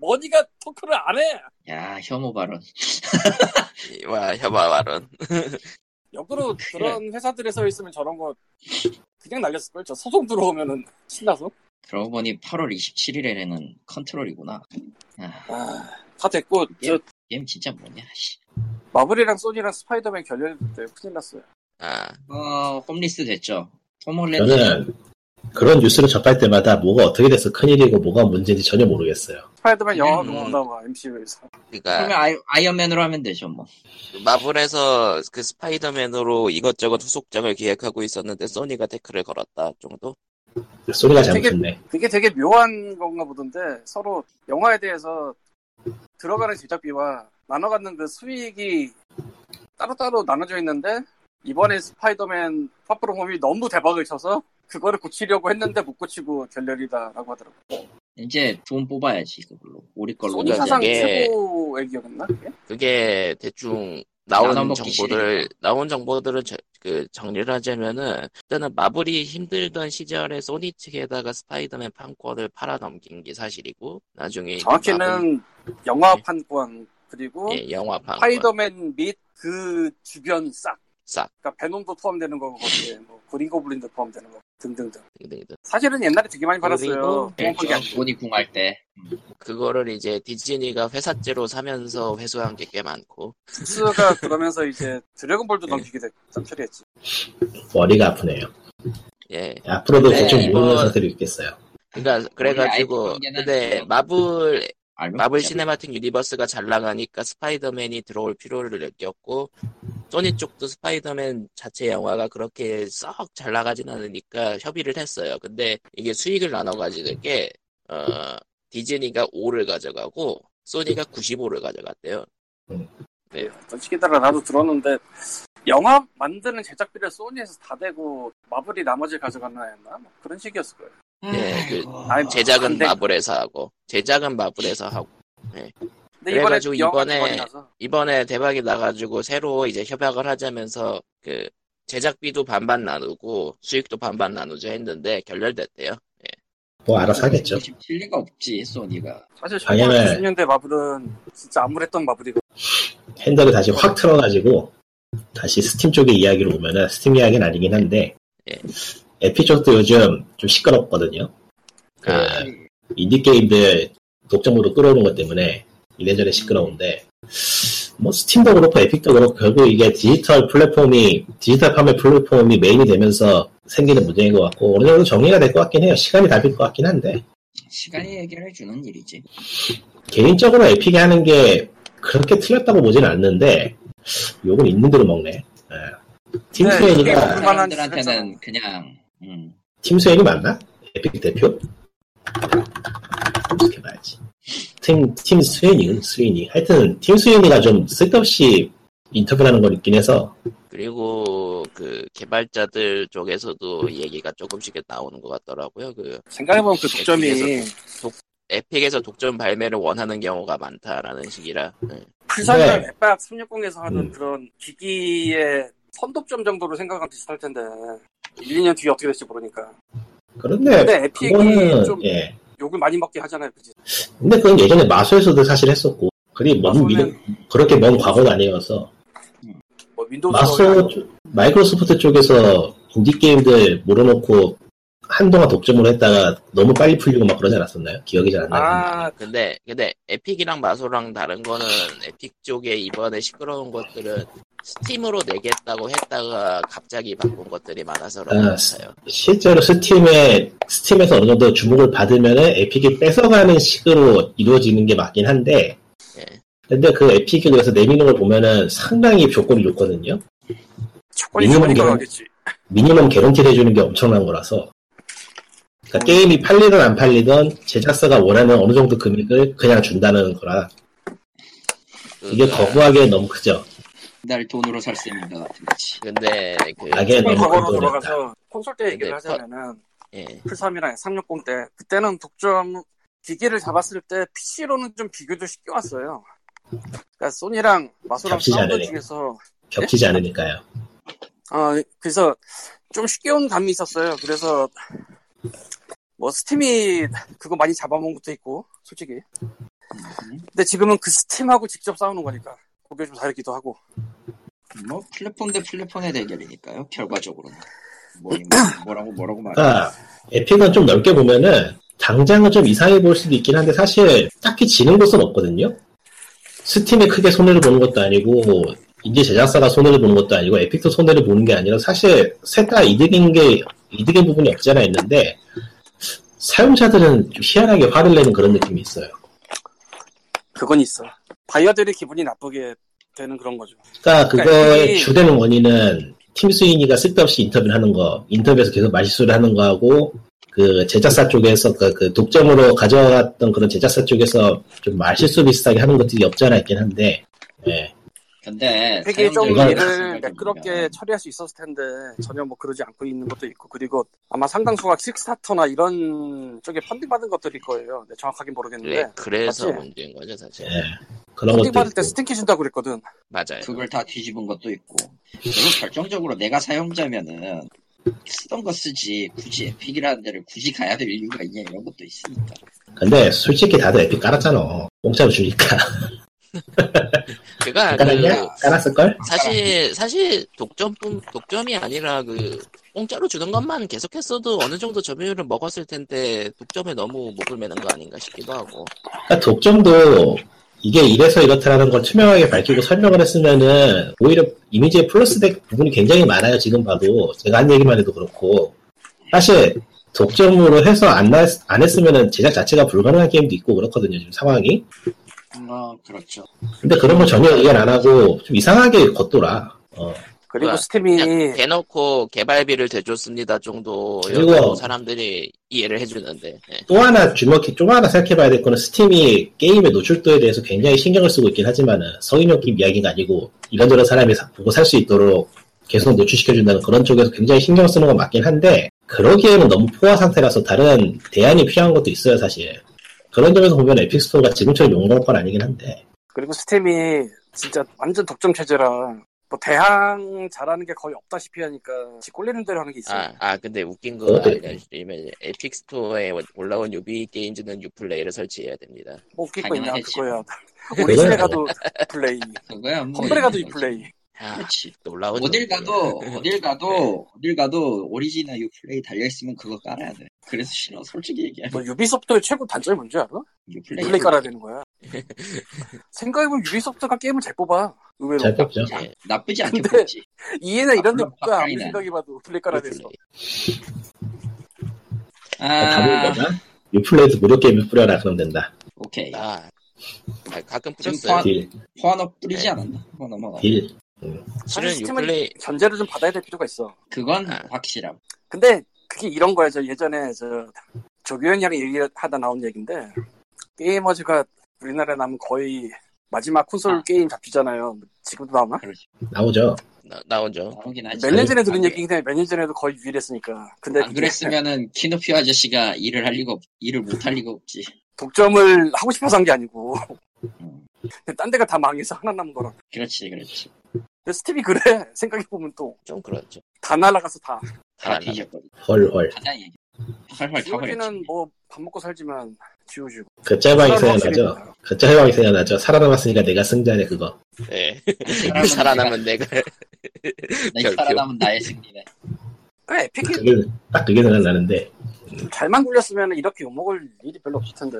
S4: 머니가 토크를 안해
S2: 야 혐오 발언.
S1: 와, 협화 발언.
S4: 역으로 그런 회사들에 서 있으면 저런 거 그냥 날렸을걸? 저 소송 들어오면은 신나서?
S2: 그러고 보니 8월 27일에는 컨트롤이구나. 아,
S4: 아, 다 됐고, 저
S2: 게임 진짜 뭐냐. 씨.
S4: 마블이랑 소니랑 스파이더맨 결렬 때 큰일 났어요.
S1: 아,
S2: 어, 홈리스 됐죠. 톰 홀랜드.
S3: 저는 그런 뉴스를 접할 때마다 뭐가 어떻게 돼서 큰일이고 뭐가 문제인지 전혀 모르겠어요.
S4: 스파이더맨 영화도
S2: 음.
S4: 못 나와, MCU에서.
S1: 그러니까
S2: 그러면 아이, 아이언맨으로 하면 되죠 뭐.
S1: 마블에서 그 스파이더맨으로 이것저것 후속작을 기획하고 있었는데 소니가 태클을 걸었다 정도?
S3: 소리가
S4: 되게-
S3: 잘못했네.
S4: 그게 되게 묘한 건가 보던데, 서로 영화에 대해서 들어가는 제작비와 나눠갖는 그 수익이 따로따로 나눠져 있는데, 이번에 스파이더맨 파프로홈이 너무 대박을 쳐서, 그거를 고치려고 했는데 못 고치고 결렬이다라고 하더라고.
S2: 이제 돈 뽑아야지 그걸로. 우리 걸로.
S4: 소니
S1: 그러니까
S4: 사상
S1: 이게-
S4: 최고의 기억이었나? 그게?
S1: 그게 대충
S2: 나눠
S1: 나온
S2: 먹기
S1: 정보들 나온 정보들을 저- 그 정리를 하자면은 일단은 마블이 힘들던 시절에 소니 측에다가 스파이더맨 판권을 팔아 넘긴 게 사실이고 나중에 이제 마블-
S4: 정확히는 영화 판권 그리고
S1: 예, 영화 판권
S4: 파이더맨 및 그 주변 싹
S1: 싹
S4: 그러니까 베놈도 포함되는 거고 거기에 뭐 그린 고블린도 포함되는 거고 등등등.
S1: 등등등.
S4: 사실은 옛날에 되게 많이
S1: 그리고
S4: 팔았어요. 뭐
S1: 네,
S4: 그게 아니고.
S2: 돈이 궁할 때. 음.
S1: 그거를 이제 디즈니가 회사째로 사면서 회수한 게 꽤 많고
S4: 스 그러면서 이제 드래곤볼도
S1: 네.
S4: 넘기게 됐, 처리했지.
S3: 머리가 아프네요.
S1: 예
S3: 앞으로도
S1: 네,
S3: 대충 모르는
S4: 뭐
S1: 이거-
S3: 회사들이 있겠어요.
S1: 그러니까 그래가지고
S2: 아이템 관계는
S1: 근데
S2: 그거.
S1: 마블
S2: 알면
S1: 마블
S2: 그냥
S1: 시네마틱 유니버스가 잘 나가니까 스파이더맨이 들어올 필요를 느꼈고 소니 쪽도 스파이더맨 자체 영화가 그렇게 썩 잘 나가진 않으니까 협의를 했어요. 근데 이게 수익을 나눠 가지는 게 어, 디즈니가 5를 가져가고 소니가 95를 가져갔대요. 네.
S4: 솔직히 따라 나도 들었는데 영화 만드는 제작비를 소니에서 다 대고 마블이 나머지 가져갔나 했나? 뭐 그런 식이었을 거예요.
S2: 네,
S1: 예, 그
S2: 어,
S4: 아니,
S1: 제작은
S4: 안 돼.
S1: 마블에서 하고 제작은 마블에서 하고
S4: 근데 이번에
S1: 그래가지고
S4: 영화가
S1: 이번에-
S4: 더 많이 나서
S1: 이번에 대박이 나가지고 새로 이제 협약을 하자면서 그 제작비도 반반 나누고 수익도 반반 나누자 했는데 결렬됐대요.
S3: 뭐 알아서 하겠죠.
S2: 질 리가 없지 소니가.
S4: 사실 1
S3: 당연히-
S4: 0 90년대 마블은 진짜 암울했던 마블이고
S3: 핸들을 다시 확 틀어가지고 다시 스팀 쪽의 이야기로 오면은 스팀 이야기는 아니긴 한데
S1: 예.
S3: 에픽 쪽도 요즘 좀 시끄럽거든요. 그
S1: 아.
S3: 인디 게임들 독점으로 끌어오는 것 때문에 이래저래 시끄러운데 뭐 스팀도 그렇고 에픽도 그렇고 결국 이게 디지털 플랫폼이 디지털 판매 플랫폼이 메인이 되면서 생기는 문제인 것 같고 어느 정도 정리가 될 것 같긴 해요. 시간이 답일 것 같긴 한데
S2: 시간이
S3: 네.
S2: 해결해 주는 일이지.
S3: 개인적으로 에픽이 하는 게 그렇게 틀렸다고 보진 않는데 욕은 있는 대로 먹네. 예. 팀
S4: 네, 그게
S3: 스웨인이가
S4: 그만한
S2: 사람들한테는
S4: 짓을
S2: 그냥 음,
S3: 팀 스웨인이 맞나? 에픽 대표? 어떻게 봐야지. 팀, 팀 스웨인이, 스웨인이. 하여튼, 팀 스웨인이가 좀 쓸데없이 인터뷰하는 걸 있긴 해서,
S1: 그리고 그 개발자들
S3: 음.
S1: 쪽에서도 얘기가 조금씩 나오는 것 같더라고요. 그
S4: 생각해보면 그 독점이
S1: 에픽에서 에픽에서 독점 발매를 원하는 경우가 많다라는 식이라. 네.
S4: 풀산을
S3: 네.
S4: 앱박 360에서 하는
S3: 음.
S4: 그런 기기의 선독점 정도로 생각하면 비슷할 텐데 1, 2년 뒤에 어떻게 될지 모르니까
S3: 그런데,
S4: 근데 네, 에픽이
S3: 네, 그거는,
S4: 좀-
S3: 예.
S4: 욕을 많이 먹게 하잖아요 그지?
S3: 근데 그건 예전에 마소에서도 사실 했었고, 그리 너무
S4: 마소는-
S3: 미래- 그렇게 먼 과거가 아니어서,
S4: 뭐 윈도우즈
S3: 마소 마이크로소프트 쪽에서 인디 게임들 몰아놓고 한동안 독점을 했다가 너무 빨리 풀리고 막 그러지 않았었나요? 기억이 잘 안 나요.
S4: 아
S1: 근데 근데 에픽이랑 마소랑 다른 거는 에픽 쪽에 이번에 시끄러운 것들은 스팀으로 내겠다고 했다가 갑자기 바꾼 것들이 많아서 그런 것
S3: 아,
S1: 같아요.
S3: 실제로 스팀에 스팀에서 어느 정도 주목을 받으면 에픽이 뺏어가는 식으로 이루어지는 게 맞긴 한데.
S1: 예.
S3: 근데 그 에픽이 그래서 내미는 걸 보면은 상당히 조건이 좋거든요.
S4: 조건이
S3: 미니멈
S4: 주니까
S3: 기간.
S4: 가겠지
S3: 미니멈 개런티를 해주는 게 엄청난 거라서. 그러니까 게임이 팔리든 안 팔리든 제작사가 원하는 어느 정도 금액을 그냥 준다는 거라 이게
S1: 그거-
S3: 거부하기에 너무 크죠.
S2: 날 돈으로 살 수 있는 것 같은 거지.
S1: 근데 그
S3: 나게
S4: 조금
S3: 너무
S4: 과거로
S3: 큰 돈이었다.
S4: 돌아가서 콘솔 때
S3: 네,
S4: 얘기를
S1: 근데
S4: 하자면은
S1: 예.
S4: 풀3이랑 360 때 그때는 독점 기기를
S3: 아.
S4: 잡았을 때 PC로는 좀 비교도 쉽게 왔어요 그러니까 소니랑 마소랑
S3: 겹치지
S4: 싸운 것
S3: 않으니까.
S4: 중에서
S3: 겹치지 않으니까요.
S4: 아, 그래서 좀 쉽게 온 감이 있었어요. 그래서 뭐 스팀이 그거 많이 잡아먹은 것도 있고, 솔직히. 근데 지금은 그 스팀하고 직접 싸우는 거니까 그게 좀 다르기도 하고.
S2: 뭐 플랫폼 대 플랫폼의 대결이니까요. 결과적으로는 뭐, 뭐라고 뭐라고 말.
S3: 그러니까 에픽은 좀 넓게 보면은 당장은 좀 이상해 보일 수도 있긴 한데 사실 딱히 지는 곳은 없거든요. 스팀에 크게 손해를 보는 것도 아니고 인제 제작사가 손해를 보는 것도 아니고 에픽도 손해를 보는 게 아니라 사실 셋 다 이득인 게 이득인 부분이 없지 않아 있는데 사용자들은 좀 희한하게 화를 내는 그런 느낌이 있어요.
S4: 그건 있어. 바이어들이 기분이 나쁘게 되는 그런 거죠.
S3: 그러니까 그거의
S4: 그게-
S3: 주된 원인은 팀 스위니가 쓸데없이 인터뷰를 하는 거, 인터뷰에서 계속 말실수를 하는 거하고 그 제작사 쪽에서 그, 그 독점으로 가져갔던 그런 제작사 쪽에서 좀 말실수 비슷하게 하는 것들이 없지 않아 있긴 한데, 예,
S2: 근데
S4: 되게 좀
S2: 사용자의
S4: 일을
S2: 생각해보면
S4: 매끄럽게 처리할 수 있었을 텐데 전혀 뭐 그러지 않고 있는 것도 있고 그리고 아마 상당수가 킥스타터나 이런 쪽에 펀딩 받은 것들일 거예요. 네, 정확하긴 모르겠는데
S1: 네, 그래서
S4: 맞지?
S1: 문제인 거죠 사실.
S3: 예, 그런
S4: 펀딩
S3: 것도
S4: 받을 때
S3: 있고.
S4: 스팅 키준다고 그랬거든.
S1: 맞아요.
S2: 그걸 다 뒤집은 것도 있고 결국 결정적으로 내가 사용자면은 쓰던 거 쓰지 굳이 에픽이라는 데를 굳이 가야 될 이유가 있냐 이런 것도 있으니까
S3: 근데 솔직히 다들 에픽 깔았잖아. 공짜로 주니까.
S1: 제가 그
S3: 깔았냐? 깔았을걸?
S1: 사실 사실 독점뿐 독점이 아니라 그 공짜로 주는 것만 계속했어도 어느 정도 점유율을 먹었을 텐데 독점에 너무 목을 매는 거 아닌가 싶기도 하고
S3: 그러니까 독점도 이게 이래서 이렇다라는 걸 투명하게 밝히고 설명을 했으면은 오히려 이미지에 플러스된 부분이 굉장히 많아요. 지금 봐도 제가 한 얘기만 해도 그렇고 사실 독점으로 해서 안, 했, 안 했으면은 제작 자체가 불가능한 게임도 있고 그렇거든요. 지금 상황이.
S2: 어, 그렇죠.
S3: 근데 그런 거 전혀 의견 안 하고 좀 이상하게 걷더라. 어.
S4: 그리고
S1: 뭐야, 그냥
S2: 예.
S4: 스팀이
S1: 대놓고 개발비를 대줬습니다 정도
S3: 그리고-
S1: 사람들이 이해를 해주는데 예.
S3: 또 하나 주먹이 좀 하나 생각해봐야 될 거는 스팀이 게임의 노출도에 대해서 굉장히 신경을 쓰고 있긴 하지만은 성인용 게임 이야기가 아니고 이런저런 사람이 사- 보고 살 수 있도록 계속 노출시켜준다는 그런 쪽에서 굉장히 신경 쓰는 건 맞긴 한데 그러기에는 너무 포화 상태라서 다른 대안이 필요한 것도 있어요 사실 그런 점에서 보면 에픽 스토어가 지금처럼 용감한 건 아니긴 한데
S4: 그리고 스팀이 진짜 완전 독점 체제라 뭐 대항 잘하는 게 거의 없다시피 하니까 지 꼴리는 대로 하는 게 있어요.
S1: 아, 아 근데 웃긴 거
S3: 그것도
S1: 알려주면 에픽 스토어에 올라온 유비 게임즈는 유플레이를 설치해야 됩니다
S4: 뭐 웃길 거 있냐
S2: 당연하겠지.
S4: 그거야. 우리 집에 가도 플레이,
S2: 그거야. 뭐
S4: 컴플에 가도 이
S2: 이런 거지.
S4: 플레이.
S1: 아
S2: 그렇지.
S1: 놀라운 정보를.
S2: 어딜 가도 어딜 가도 어딜 가도 오리지널 유플레이 달려 있으면 그거 깔아야 돼. 그래서 싫어. 솔직히 얘기하면
S4: 너뭐 유비소프트의 최고 단점이 뭔지 알아?
S2: 유플레이
S4: 플레이 깔아야 되는 거야. 생각해보면 유비소프트가 게임을 잘 뽑아. 의외로.
S3: 잘 뽑죠
S1: 예,
S2: 나쁘지 않게
S4: 근데-
S2: 보지.
S4: 이해나 이런 데
S2: 아,
S4: 못 가. 아무리
S2: 빡빡이네.
S4: 생각해봐도 플레이 깔아야 돼서.
S1: 유플레이.
S2: 아,
S3: 가볼거다 유플레이도 무료 게임에 뿌려라 그럼 된다
S2: 오케이.
S1: 아, 아, 가끔
S2: 지금
S1: 뿌렸어요
S3: 딜
S2: 포환업 뿌리지
S1: 네.
S2: 않았나? 포환업
S3: 딜.
S1: 실은
S4: 사실 스팀은
S1: 유플레이
S4: 견제를 좀 받아야 될 필요가 있어.
S2: 그건
S1: 아.
S2: 확실함.
S4: 근데 그게 이런 거야. 저 예전에 저 조규현이랑 얘기하다 나온 얘기인데 게이머즈가 우리나라에 나면 거의 마지막 콘솔
S2: 아.
S4: 게임 잡히잖아요. 지금도 나오나?
S3: 나오죠
S1: 나, 나오죠
S2: 나오긴 하지.
S4: 몇 년 전에
S2: 아,
S4: 들은
S2: 예.
S4: 얘기긴 해. 몇년 전에도 거의 유일했으니까. 근데
S2: 안
S4: 그게
S2: 아, 그랬으면은 키노피오 아저씨가 일을 할 리가 없, 일을 못 할 리가 없지.
S4: 독점을 하고 싶어서 한 게 아니고
S2: 음.
S4: 근데 딴 데가 다 망해서 하나 남은 거라.
S2: 그렇지, 그렇지.
S4: 근데 스팀이 그래. 생각해보면 또 다
S1: 좀 그렇죠
S4: 날아가서 다.
S2: 다
S1: 안
S2: 뒤졌거든.
S3: 헐헐
S2: 가장 얘기. 활활 타버렸지.
S4: GOG는 뭐 밥 먹고 살지만 지우지고.
S3: 가짜 뭐 해방이
S4: 사람
S3: 그 생각나죠
S4: 확실히
S3: 가짜 해방이 생각나죠 살아남았으니까 내가 승자네 그거
S1: 네.
S2: 사람은
S1: 살아남은
S2: 네.
S1: 내가
S2: 내
S1: 결표.
S2: 살아남은 나의 승리네.
S4: 그래, 에픽이
S3: 그게 딱 그게 생각나는데
S4: 잘만 굴렸으면 이렇게 욕먹을 일이 별로 없을 텐데.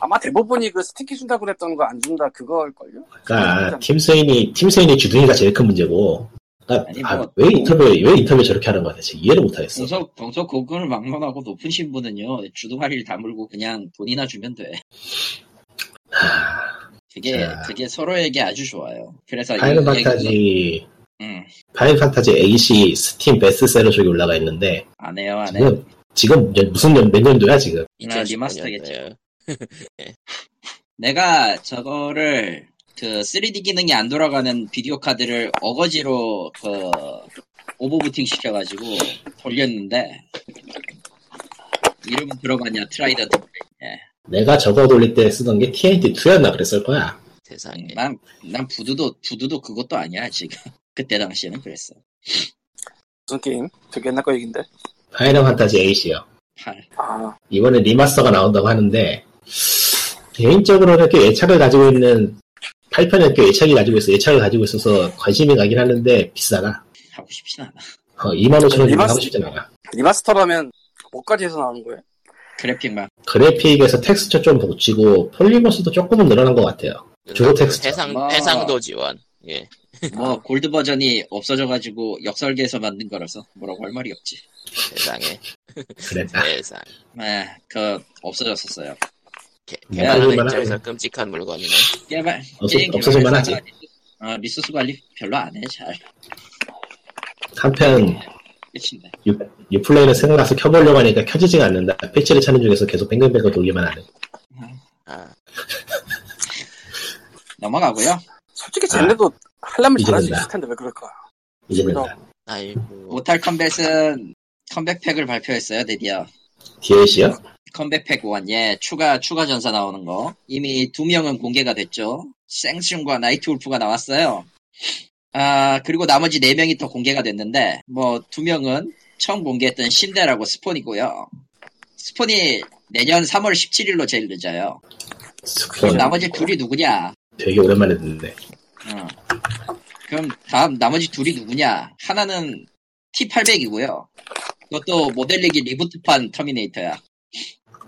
S4: 아마 대부분이 그 스티키 준다고 그랬던 거 안 준다 그걸걸요?
S2: 아,
S3: 그러니까 팀스인이 팀스인이 주둥이가 제일 큰 문제고. 그러니까
S2: 아니,
S3: 아,
S2: 뭐-
S3: 왜 인터뷰 왜 인터뷰 저렇게 하는 거야? 대체 이해를 못하겠어.
S2: 동서 동서 고금을 막론하고 높은 신분은요 주둥아리를 다물고 그냥 돈이나 주면 돼.
S3: 하,
S2: 그게
S3: 자.
S2: 그게 서로에게 아주 좋아요. 그래서
S3: 파이널
S2: 아, 이- 얘기도-
S3: 판타지
S2: 음,
S3: 파이널 판타지 AC 스팀 베스트셀러 쪽에 올라가 있는데
S2: 안 해요 안 해. 요
S3: 지금 지금 연- 무슨 년 몇 년도야 지금?
S1: 2015년도에
S2: 네, 리마스터겠죠. 내가 저거를 그 3D 기능이 안 돌아가는 비디오 카드를 어거지로 그 오버부팅 시켜가지고 돌렸는데 이름은 들어가냐 트라이더드.
S3: 내가 저거 돌릴 때 쓰던 게 TNT2였나 그랬을 거야.
S1: 세상에
S2: 음, 난난 부두도 부두도 그것도 아니야 지금. 그때 당시에는 그랬어.
S4: 무슨 게임? 되게 옛날 거 얘긴데.
S3: 파이널 판타지 AC요.
S2: 팔.
S4: 아,
S3: 이번에 리마스터가 나온다고 하는데 개인적으로는 꽤 애착을 가지고 있는 8편에 꽤 애착이 가지고 있어 애착을 가지고 있어서 관심이 가긴 하는데 비싸다.
S2: 하고 싶진 않아.
S3: 어, 25,000원
S4: 리마스-
S3: 리마스... 하고 싶진 않아.
S4: 리마스터라면 뭐까지 해서 나오는 거예요?
S2: 그래픽만
S3: 그래픽에서 텍스처 좀 고치고 폴리거스도 조금은 늘어난 것 같아요. 주로 텍스처.
S1: 해상
S2: 아.
S1: 해상도 지원 예
S2: 뭐 골드 버전이 없어져가지고 역설계에서 만든 거라서 뭐라고 할 말이 없지.
S1: 세상에
S3: 그랬다.
S1: 세상
S2: 에, 그 없어졌었어요.
S1: 개-
S3: 네,
S1: 개발하는
S3: 그럴만하네.
S1: 입장에서 끔찍한 물건이네
S2: 개발
S3: 없어-
S2: 게임
S3: 없어질
S2: 개발사가
S3: 만하지.
S2: 리소스- 어, 리소스 관리 별로 안 해 잘.
S3: 한편
S2: 끝인데.
S3: 유플레이는 생각나서 켜보려고 하니까 켜지지가 않는다. 패치를 찾는 중에서 계속 뱅글뱅글 돌기만 하네.
S1: 아
S2: 넘어가고요.
S4: 솔직히 쟤네도 하려면
S3: 아, 이제
S4: 잘할 수
S3: 된다.
S4: 있을 텐데 왜 그럴까?
S3: 이제 된다.
S1: 아이고
S2: 모탈 컴뱃은 컴백팩을 발표했어요 드디어.
S3: DLC요?
S2: 컴백팩 1, 예, 추가, 추가 전사 나오는 거. 이미 두 명은 공개가 됐죠. 생슌과 나이트 울프가 나왔어요. 아, 그리고 나머지 네 명이 더 공개가 됐는데, 뭐, 두 명은 처음 공개했던 신데라고 스폰이고요. 스폰이 내년 3월 17일로 제일 늦어요. 그
S3: 네.
S2: 나머지 둘이 누구냐?
S3: 되게 오랜만에 듣는데.
S2: 응. 어. 그럼 다음 나머지 둘이 누구냐? 하나는 T800이고요. 그것도 모델리기 리부트판 터미네이터야.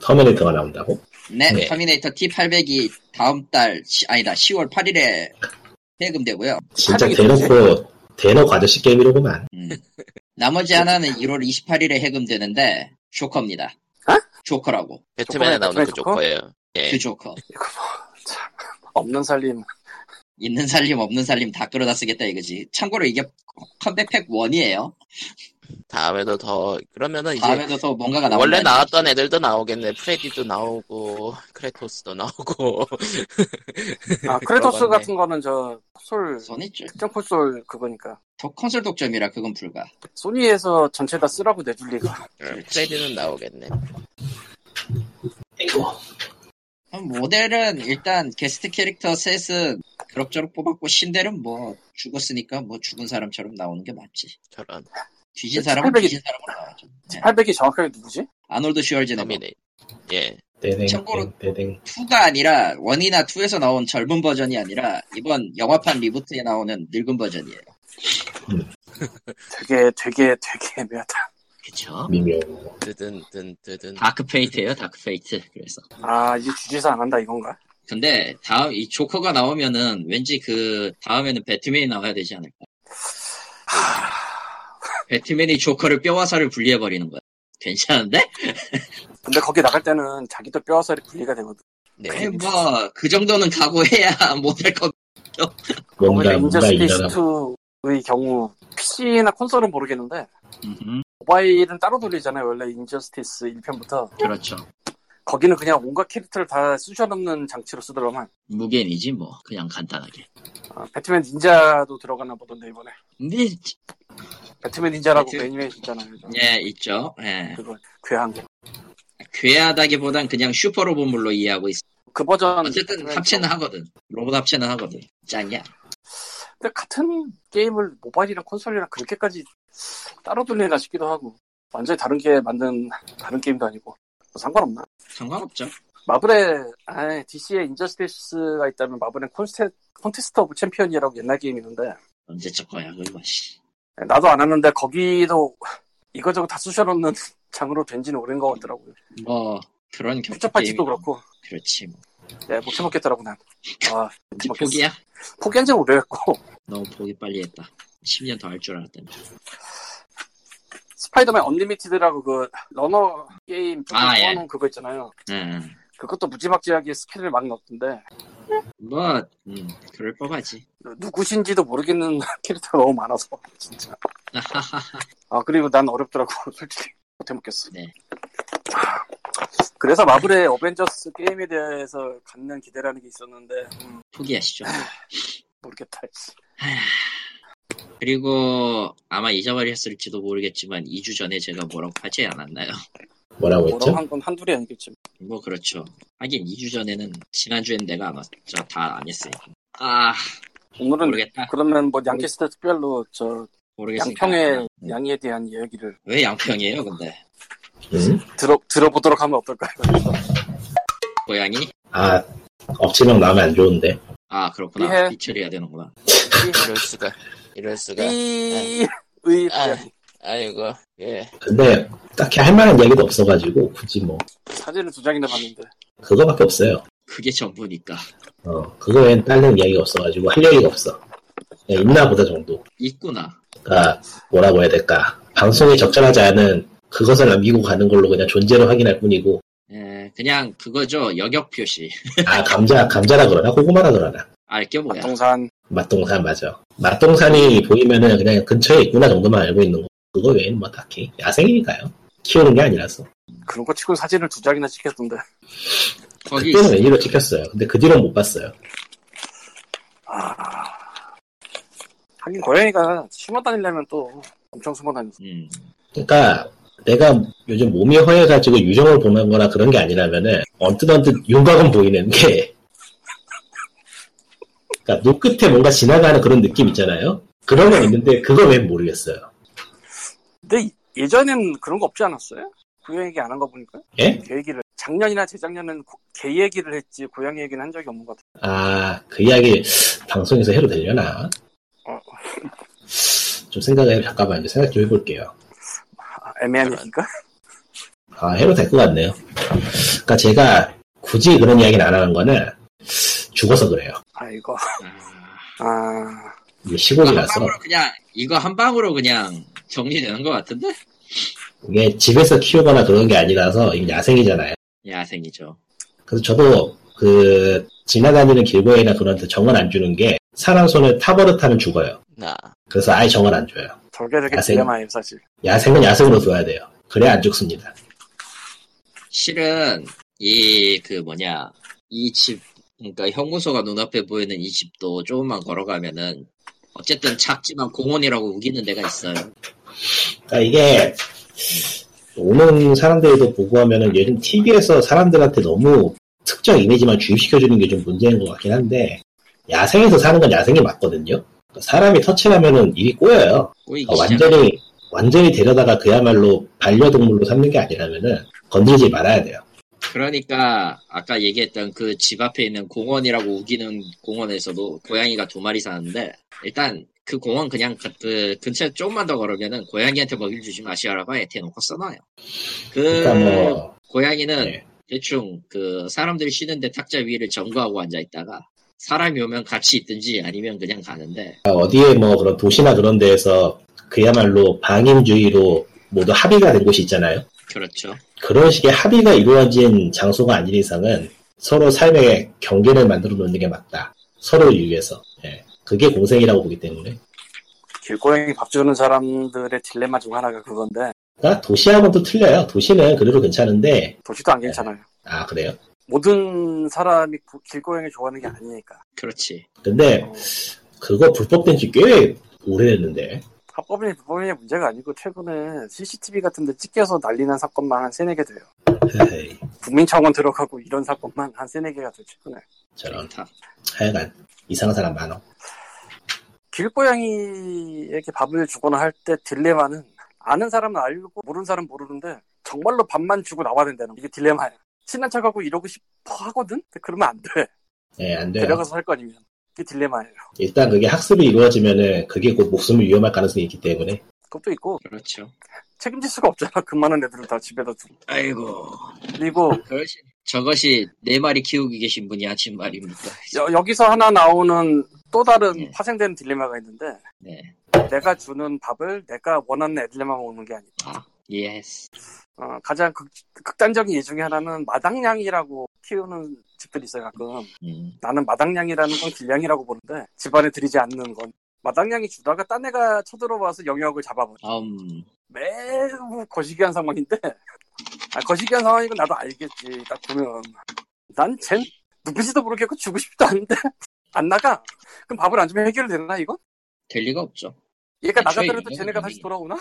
S3: 터미네이터가 나온다고?
S2: 네,
S1: 네.
S2: 터미네이터 T800이 다음 달 시- 아니다 10월 8일에 해금되고요.
S3: 진짜
S4: 팔백이 넘지?
S3: 대놓고 대놓고 아저씨 게임이로구만.
S2: 음. 나머지
S1: 네.
S2: 하나는 1월 28일에 해금되는데 조커입니다.
S4: 어?
S2: 조커라고
S1: 배트맨에
S4: 조커네,
S1: 나오는 그
S4: 배트맨
S1: 조커예요. 예.
S2: 그 조커.
S4: 없는 살림.
S2: 있는 살림 없는 살림 다 끌어다 쓰겠다 이거지. 참고로 이게 컴백팩 1이에요.
S1: 다음에도 더 그러면은 이제
S2: 다음에도 더 뭔가가 나온다.
S1: 원래 나왔던 애들도 나오겠네. 프레디도 나오고 크레토스도 나오고.
S4: 아, 크레토스
S1: 그러겠네.
S4: 같은 거는 저 콘솔,
S2: 소니 쪽
S4: 특정 콘솔 그거니까.
S2: 더 콘솔 독점이라 그건 불가.
S4: 소니에서 전체 다 쓰라고 내줄 리가.
S2: 음.
S1: 프레디는 나오겠네.
S3: 아이고.
S2: 그럼 모델은 일단 게스트 캐릭터 셋은 그럭저럭 뽑았고 신델은 뭐 죽었으니까 뭐 죽은 사람처럼 나오는 게 맞지.
S1: 저런
S2: 뭐. 뒤진
S4: 그치,
S2: 사람은
S4: 팔백이-
S2: 뒤진 사람으로 나와야죠. 네.
S4: 800이 정확하게 누구지?
S2: 아놀드 슈얼제네 뭐
S1: 터미네. 예.
S3: 대댕
S2: 참고로-
S3: 대댕, 대댕
S2: 2가 아니라 1이나 2에서 나온 젊은 버전이 아니라 이번 영화판 리부트에 나오는 늙은 버전이에요.
S4: 되게, 되게, 되게 애매하다.
S2: 그쵸?
S3: 미묘.
S1: 뜨든 든 뜨든.
S2: 아. 다크페이트예요 다크페이트. 그래서
S4: 아, 이제 주지사 안 한다 이건가?
S2: 근데 다음 이 조커가 나오면은 왠지 그 다음에는 배트맨이 나와야 되지 않을까?
S3: 아.
S2: 배트맨이 조커를 뼈와 살을 분리해 버리는 거야. 괜찮은데?
S4: 근데 거기 나갈 때는 자기도 뼈살이 분리가 되거든.
S2: 예,
S1: 네.
S2: 뭐그 정도는 각오해야 못할 것.
S3: 뭔가
S4: 거기다
S3: 뭔가 일어나.
S4: 인저스티스2의 경우 PC나 콘솔은 모르겠는데 모바일은 따로 돌리잖아요. 원래 인저스티스 1편부터.
S2: 그렇죠.
S4: 거기는 그냥 온갖 캐릭터를 다 쑤셔넣는 장치로 쓰더라만.
S2: 무겐이지 뭐 그냥 간단하게.
S4: 아, 배트맨 닌자도 들어가나 보던데 이번에.
S2: 근데
S4: 배트맨 닌자라고 그
S2: 배트-
S4: 애니메이션 있잖아요.
S2: 예 있죠. 예.
S4: 그거 괴한 거.
S2: 괴하다기보단 그냥 슈퍼 로봇물로 이해하고 있어.
S4: 그 버전
S2: 어쨌든
S4: 배트맨
S2: 합체는 하거든. 로봇 합체는 하거든. 짱이야.
S4: 근데 같은 게임을 모바일이랑 콘솔이랑 그렇게까지 따로 돌리나 싶기도 하고 완전히 다른 게 만든 다른 게임도 아니고 뭐 상관없나?
S2: 상관없죠.
S4: 마블의 아 DC의 인저스티스가 있다면 마블의 콘스테, 콘테스트 오브 챔피언이라고 옛날 게임이 있는데
S2: 언제 적 거야 그거. 씨.
S4: 나도 안 하는데 거기도 이거저거 다 쑤셔놓는 장으로 된 지는 오랜 것 같더라고요
S2: 뭐 그런 격
S4: 퓨처 파티도 그렇고
S2: 그렇지. 뭐.
S4: 예, 못 해먹겠더라고 난 아, 못
S2: 이제
S4: 해먹겠어.
S2: 포기야?
S4: 포기한 지 오래됐고
S2: 너무 포기 빨리 했다. 10년 더 할 줄 알았더니.
S4: 스파이더맨 언리미티드라고 그 러너 게임
S2: 아, 예.
S4: 뽑아놓은 그거 있잖아요
S2: 음,
S4: 그것도 무지막지하게 스킬을 막 넣었던데
S2: 뭐, 음, 그럴 법하지.
S4: 누구신지도 모르겠는 캐릭터가 너무 많아서 진짜 아 그리고 난 어렵더라고 솔직히 못해 먹겠어
S2: 네.
S4: 그래서 마블의 어벤져스 게임에 대해서 갖는 기대라는 게 있었는데 음,
S2: 포기하시죠.
S4: 모르겠다 씨.
S2: 그리고 아마 잊어버렸을지도 모르겠지만 2주 전에 제가 뭐라고 하지 않았나요?
S3: 뭐라고 했죠?
S4: 뭐라고 한 건 한둘이 아니겠지
S2: 뭐 그렇죠. 하긴 2주 전에는 지난주엔 내가 안 왔죠. 다 안 했으니까. 아,
S4: 오늘은
S2: 모르겠다.
S4: 그러면 뭐 양키스트 특별로 저
S2: 모르겠으니까.
S4: 양평의
S2: 네.
S4: 양이에 대한 이야기를
S2: 왜 양평이에요, 근데?
S3: 응?
S4: 들어, 들어보도록 하면 어떨까요?
S2: 고양이?
S3: 아 업체명 나오면 안 좋은데.
S2: 아,
S4: 이해.
S2: 그렇구나. 이철해야 되는구나.
S1: 이럴 수가. 이럴 수가.
S2: 네.
S4: 띠의 고양이
S2: 아.
S1: 아이고. 예.
S3: 근데 딱히 할 만한 이야기도 없어가지고 굳이 뭐
S4: 사진을 두 장이나 봤는데
S3: 그거밖에 없어요.
S2: 그게 전부니까.
S3: 어 그거 외엔 다른 이야기가 없어가지고 할 얘기가 없어. 그냥 있나 보다 정도.
S2: 있구나.
S3: 그러니까 뭐라고 해야 될까? 방송에 적절하지 않은 그것을 남기고 가는 걸로 그냥 존재를 확인할 뿐이고
S2: 에, 예, 그냥 그거죠. 여격 표시.
S3: 아 감자 감자라 그러나 고구마라 그러나
S2: 알게 뭐야.
S4: 동산
S3: 맛동산 맞아 맛동산이 보이면은 그냥 근처에 있구나 정도만 알고 있는 거 그거 외에는 뭐 딱히 야생이니까요 키우는 게 아니라서
S4: 그런 거 치고는 사진을 두 장이나 찍혔던데
S2: 거기
S3: 그때는 웬일로 찍혔어요 근데 그 뒤로는 못 봤어요
S4: 아... 하긴 고양이가 숨어 다니려면 또 엄청 숨어 다니지
S2: 음,
S3: 그러니까 내가 요즘 몸이 허해가지고 유정을 보는 거나 그런 게 아니라면은 언뜻 언뜻 윤곽은 보이는 게 그러니까 눈 끝에 뭔가 지나가는 그런 느낌 있잖아요 그런 건 있는데 그거 웬 모르겠어요
S4: 근데 예전엔 그런 거 없지 않았어요? 그 얘기 안 한 거 보니까
S3: 예?
S4: 그 얘기를 작년이나 재작년은 고- 개 얘기를 했지 고양이 얘기는 한 적이 없는 것 같아요.
S3: 아, 그 이야기 방송에서 해도 되려나?
S4: 어.
S3: 좀 생각을, 잠깐만요. 생각 좀 해볼게요.
S4: 아, 애매한 얘기가?
S3: 아, 해도 될 것 같네요. 그러니까 제가 굳이 그런 이야기는 안 하는 거는 죽어서 그래요.
S4: 아 이거
S2: 아,
S4: 아
S3: 이게
S2: 이거 한
S3: 시골이라서
S2: 방으로 아, 그냥 이거 한 방으로 그냥 정리되는 것 같은데?
S3: 이게 집에서 키우거나 그런 게 아니라서 이게 야생이잖아요.
S2: 야생이죠.
S3: 그래서 저도 그 지나다니는 길고양이나 그런 데 정을 안 주는 게 사람 손에 타버릇하면 죽어요.
S1: 나
S3: 그래서 아예 정을 안 줘요.
S4: 저게 되게
S3: 야생.
S4: 딜레마예요 사실.
S3: 야생은 야생으로 둬야 돼요. 그래야 안 죽습니다.
S2: 실은 이 그 뭐냐 이 집 그러니까 형무소가 눈앞에 보이는 이 집도 조금만 걸어가면은 어쨌든 작지만 공원이라고 우기는 데가 있어요.
S3: 그러니까 이게 오는 사람들도 보고하면은 요즘 TV에서 사람들한테 너무 특정 이미지만 주입시켜주는 게 좀 문제인 것 같긴 한데 야생에서 사는 건 야생이 맞거든요. 그러니까 사람이 터치하면은 일이 꼬여요.
S2: 뭐 꼬이기
S3: 그러니까
S2: 시작.
S3: 완전히 완전히 데려다가 그야말로 반려동물로 삼는 게 아니라면은 건드리지 말아야 돼요.
S2: 그러니까 아까 얘기했던 그 집 앞에 있는 공원이라고 우기는 공원에서도 고양이가 두 마리 사는데 일단 그 공원 그냥 그, 그 근처에 조금만 더 걸으면은 고양이한테 먹일 주지 마시라고 아예 대놓고 써놔요. 그
S3: 그러니까 뭐
S2: 고양이는
S3: 네.
S2: 대충 그 사람들이 쉬는데 탁자 위를 점거하고 앉아 있다가 사람이 오면 같이 있든지 아니면 그냥 가는데
S3: 어디에 뭐 그런 도시나 그런 데에서 그야말로 방임주의로 모두 합의가 된 곳이 있잖아요.
S2: 그렇죠.
S3: 그런 식의 합의가 이루어진 장소가 아닌 이상은 서로 삶의 경계를 만들어 놓는 게 맞다. 서로를 위해서. 예. 그게 공생이라고 보기 때문에.
S4: 길고양이 밥 주는 사람들의 딜레마 중 하나가 그건데
S3: 그러니까 도시하고는 또 틀려요. 도시는 그래도 괜찮은데,
S4: 도시도 안 괜찮아요.
S3: 아, 그래요?
S4: 모든 사람이 구- 길고양이 좋아하는 게 아니니까
S2: 그렇지.
S3: 근데
S4: 어,
S3: 그거 불법된 지 꽤 오래됐는데.
S4: 합법이냐 불법이냐 문제가 아니고 최근에 CCTV 같은 데 찍혀서 난리난 사건만 한 세네 개 돼요.
S3: 에이,
S4: 국민청원 들어가고 이런 사건만 한 세네 개가 돼요 최근에.
S3: 저런.
S2: 다
S3: 하여간, 이상한 사람 많어.
S4: 길고양이에게 밥을 주거나 할 때 딜레마는 아는 사람은 알고 모르는 사람은 모르는데 정말로 밥만 주고 나와야 된다는 거. 이게 딜레마야. 친한 척하고 이러고 싶어 하거든? 근데 그러면 안 돼.
S3: 예, 안 돼요.
S4: 데려가서 할 거 아니면. 이게 딜레마예요.
S3: 일단 그게 학습이 이루어지면은 그게 곧 목숨을 위험할 가능성이 있기 때문에.
S4: 그것도 있고
S2: 그렇죠.
S4: 책임질 수가 없잖아. 그 많은 애들을 다 집에다 두고.
S2: 아이고.
S4: 그리고
S2: 그것이 저것이 네 마리 키우기 계신 분이 하신 말입니까?
S4: 여, 기서 하나 나오는 또 다른
S2: 네.
S4: 파생되는 딜레마가 있는데
S2: 네.
S4: 내가 주는 밥을 내가 원하는 애들만 먹는 게 아니고
S2: 예스.
S4: 어, 가장 극, 극단적인 예 중에 하나는 마당냥이라고 키우는 집들이 있어요 가끔
S2: 음.
S4: 나는 마당냥이라는 건 길냥이라고 보는데 집안에 들이지 않는 건 마당냥이 주다가 딴 애가 쳐들어와서 영역을 잡아버려
S2: 음.
S4: 매우 거시기한 상황인데 아, 거시기한 상황이고 나도 알겠지 딱 보면 난 쟨 누구지도 모르겠고 주고 싶지도 않은데 안 나가 그럼 밥을 안 주면 해결되나 이거?
S2: 될 리가 없죠.
S4: 얘가
S2: 애초에
S4: 나가더라도
S2: 있는
S4: 쟤네가
S2: 건데.
S4: 다시 돌아오나?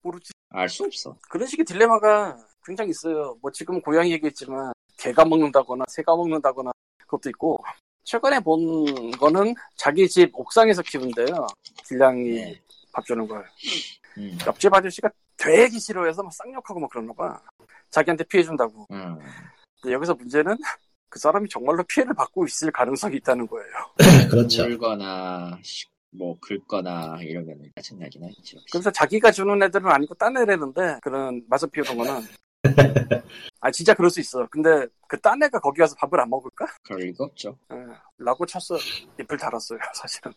S4: 모르지
S2: 알 수 없어.
S4: 그런 식의 딜레마가 굉장히 있어요. 뭐 지금 고양이 얘기했지만 개가 먹는다거나 새가 먹는다거나 그것도 있고 최근에 본 거는 자기 집 옥상에서 키운대요. 길냥이
S2: 네.
S4: 밥 주는 걸.
S2: 음.
S4: 옆집 아저씨가 되게 싫어해서 막 쌍욕하고 막 그러나 봐. 자기한테 피해준다고.
S2: 음.
S4: 근데 여기서 문제는 그 사람이 정말로 피해를 받고 있을 가능성이 있다는 거예요.
S3: 그렇죠.
S2: 울거나 뭐 긁거나 이러면 짜증나긴 하죠.
S4: 그래서 자기가 주는 애들은 아니고 딴 애라는데 그런 맛을 피우는 거는 아 진짜 그럴 수 있어. 근데 그 딴 애가 거기 가서 밥을 안 먹을까?
S2: 그럴 리가 없죠.
S4: 예, 라고 쳤어 입을 달았어요 사실은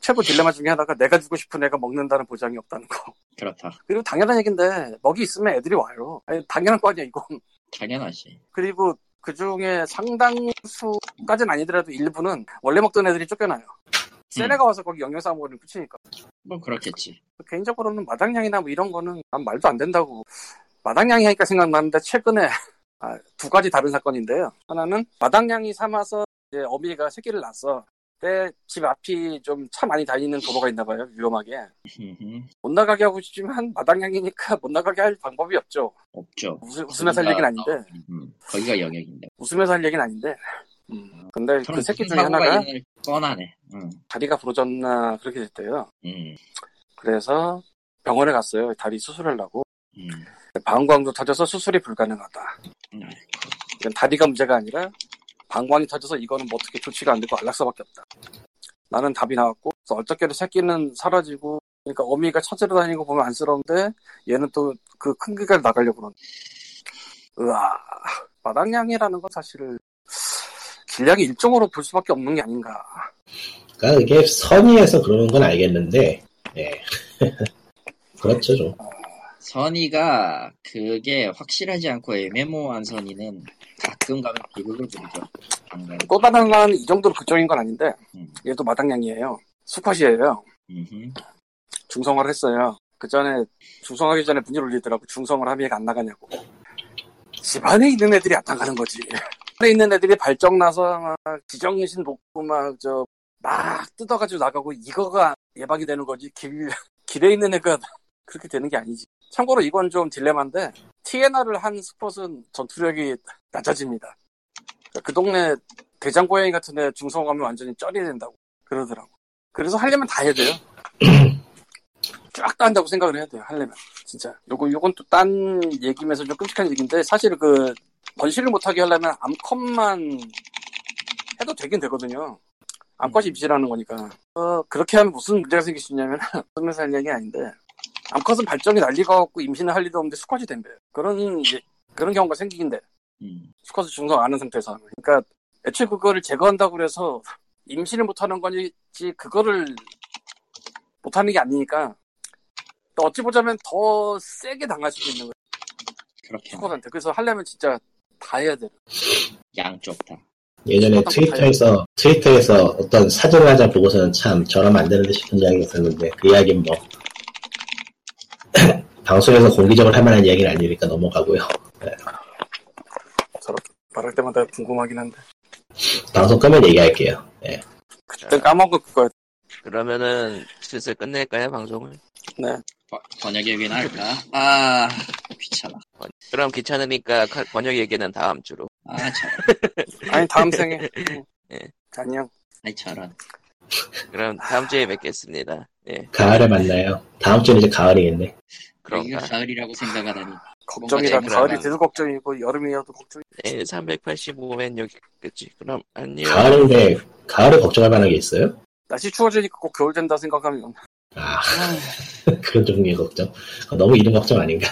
S4: 최고 딜레마 중에 하나가 내가 주고 싶은 애가 먹는다는 보장이 없다는 거
S2: 그렇다.
S4: 그리고 당연한 얘긴데 먹이 있으면 애들이 와요 아니, 당연한 거 아니야 이건
S2: 당연하지.
S4: 그리고 그 중에 상당수까지는 아니더라도 일부는 원래 먹던 애들이 쫓겨나요 센
S2: 음.
S4: 애가 와서 거기 영양 싸먹으면 끝이니까
S2: 뭐 그렇겠지.
S4: 개인적으로는 마당냥이나 뭐 이런 거는 난 말도 안 된다고 마당냥이 하니까 생각나는데 최근에 아, 두 가지 다른 사건인데요. 하나는 마당냥이 삼아서 이제 어미가 새끼를 낳았어. 근데 집 앞이 좀 차 많이 다니는 도로가 있나 봐요. 위험하게.
S2: 음흠.
S4: 못 나가게 하고 싶지만 마당냥이니까 못 나가게 할 방법이 없죠.
S2: 없죠.
S4: 웃, 웃으면서 할 얘기는 아닌데.
S2: 음, 거기가 영역인데.
S4: 웃으면서 할 얘기는 아닌데. 음, 근데 그
S2: 그런
S4: 새끼 중에
S2: 사고가
S4: 하나가
S2: 있는 뻔하네. 음,
S4: 다리가 부러졌나 그렇게 됐대요.
S2: 음.
S4: 그래서 병원에 갔어요. 다리 수술하려고.
S2: 음,
S4: 방광도 터져서 수술이 불가능하다. 이건 다리가 문제가 아니라 방광이 터져서 이거는 뭐 어떻게 조치가 안 되고 안락사밖에 없다. 나는 답이 나왔고 그래서 얼떨결에 새끼는 사라지고 그러니까 어미가 찾으러 다니는 거 보면 안쓰러운데 얘는 또 그 큰 길까지 나가려고 그러는 으아 마당량이라는 건 사실 길량이 일종으로 볼 수밖에 없는 게 아닌가
S3: 그러니까 이게 선의에서 그러는 건 알겠는데, 예. 그렇죠, 좀.
S2: 선의가 그게 확실하지 않고 애매모호한 선의는 가끔 가면 비극을 부르죠. 방금.
S4: 또 다른 건 이 정도로 극적인 건 아닌데
S2: 음.
S4: 얘도 마당량이에요 수컷이에요
S2: 음흠.
S4: 중성화를 했어요. 그 전에 중성하기 전에 문제 올리더라고 중성을 하면 얘가 안 나가냐고. 집안에 있는 애들이 안 나가는 거지. 집안에 있는 애들이 발정 나서 막 지정신 놓고 막 저 막 뜯어가지고 나가고 이거가 예방이 되는 거지. 길 길에 있는 애가 그렇게 되는 게 아니지. 참고로 이건 좀 딜레마인데 TNR을 한 스폿은 전투력이 낮아집니다. 그러니까 그 동네 대장 고양이 같은 애 중성하면 완전히 쩔이 된다고 그러더라고. 그래서 하려면 다 해야 돼요. 쫙 딴다고 생각을 해야 돼요. 하려면 진짜 요거 요건 또 딴 얘기면서 좀 끔찍한 얘기인데 사실 그 번식을 못하게 하려면 암컷만 해도 되긴 되거든요. 암컷이 입질하는 거니까 어, 그렇게 하면 무슨 문제가 생길 수 있냐면 쓰면서 할 얘기 아닌데 암컷은 발정이 날리가 없고 임신을 할 일도 없는데 수컷이 된대요. 그런 예- 그런 경우가 생기긴데
S2: 음.
S4: 수컷을 중성 안 한 상태에서 하면. 그러니까 애초에 그거를 제거한다고 그래서 임신을 못하는 건지 그거를 못하는 게 아니니까 또 어찌 보자면 더 세게 당할 수도 있는 거예요
S2: 그렇게
S4: 수컷한테 그래서 하려면 진짜 다 해야 돼요
S2: 양쪽 다.
S3: 예전에 트위터에서, 트위터에서 어떤 사진을 하자 보고서는 참 저러면 안 되는데 싶은 이야기가 있었는데, 그 이야기는 뭐, 방송에서 공개적으로 할 만한 이야기는 아니니까 넘어가고요.
S4: 저렇게 말할 때마다 궁금하긴 한데
S3: 방송 끄면 얘기할게요. 예.
S4: 그때 까먹은 그거야
S1: 그러면은 슬슬 끝낼까요 방송을?
S2: 번- 번역이긴 할까? 아, 귀찮아.
S1: 그럼 귀찮으니까 카- 번역 얘기는 다음 주로.
S2: 아, 참.
S4: 아니 다음 생에 응.
S1: 예.
S4: 안녕
S2: 아이, 저런.
S1: 그럼 다음 주에 뵙겠습니다. 예,
S3: 가을에 만나요. 다음 주는 이제 가을이겠네.
S2: 여기가
S1: 그런가.
S2: 가을이라고 생각하다니.
S4: 걱정이라
S1: 뭔가
S4: 가을이
S1: 재밌어요.
S4: 돼도 걱정이고 여름이어도 걱정이
S1: 예, 385엔 여기까지. 그럼 안녕.
S3: 가을인데, 가을을 걱정할 만한 게 있어요?
S4: 날씨 추워지니까 꼭 겨울 된다 생각하면
S3: 아, 그런 종류의 걱정. 아, 너무 이런 걱정 아닌가?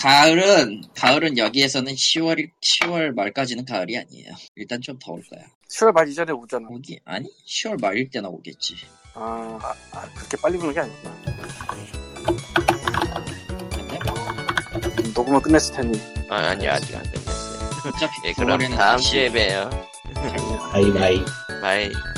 S2: 가을은, 가을은 여기에서는 10월, 10월 말까지는 가을이 아니에요. 일단 좀 더울 거야.
S4: 10월 말 이전에 오잖아
S2: 오기, 아니? 10월 말일 때나 오겠지.
S4: 아, 아, 아, 그렇게 빨리 보는 게 아니구나
S2: 근데
S4: 녹음을 끝냈을 테니
S1: 아, 아니요 아직 안 끝났어요.
S2: 어차피
S1: 예, 그럼
S2: 9월에는
S1: 다음 주에 봬요.
S3: 아이바이.
S1: 바이.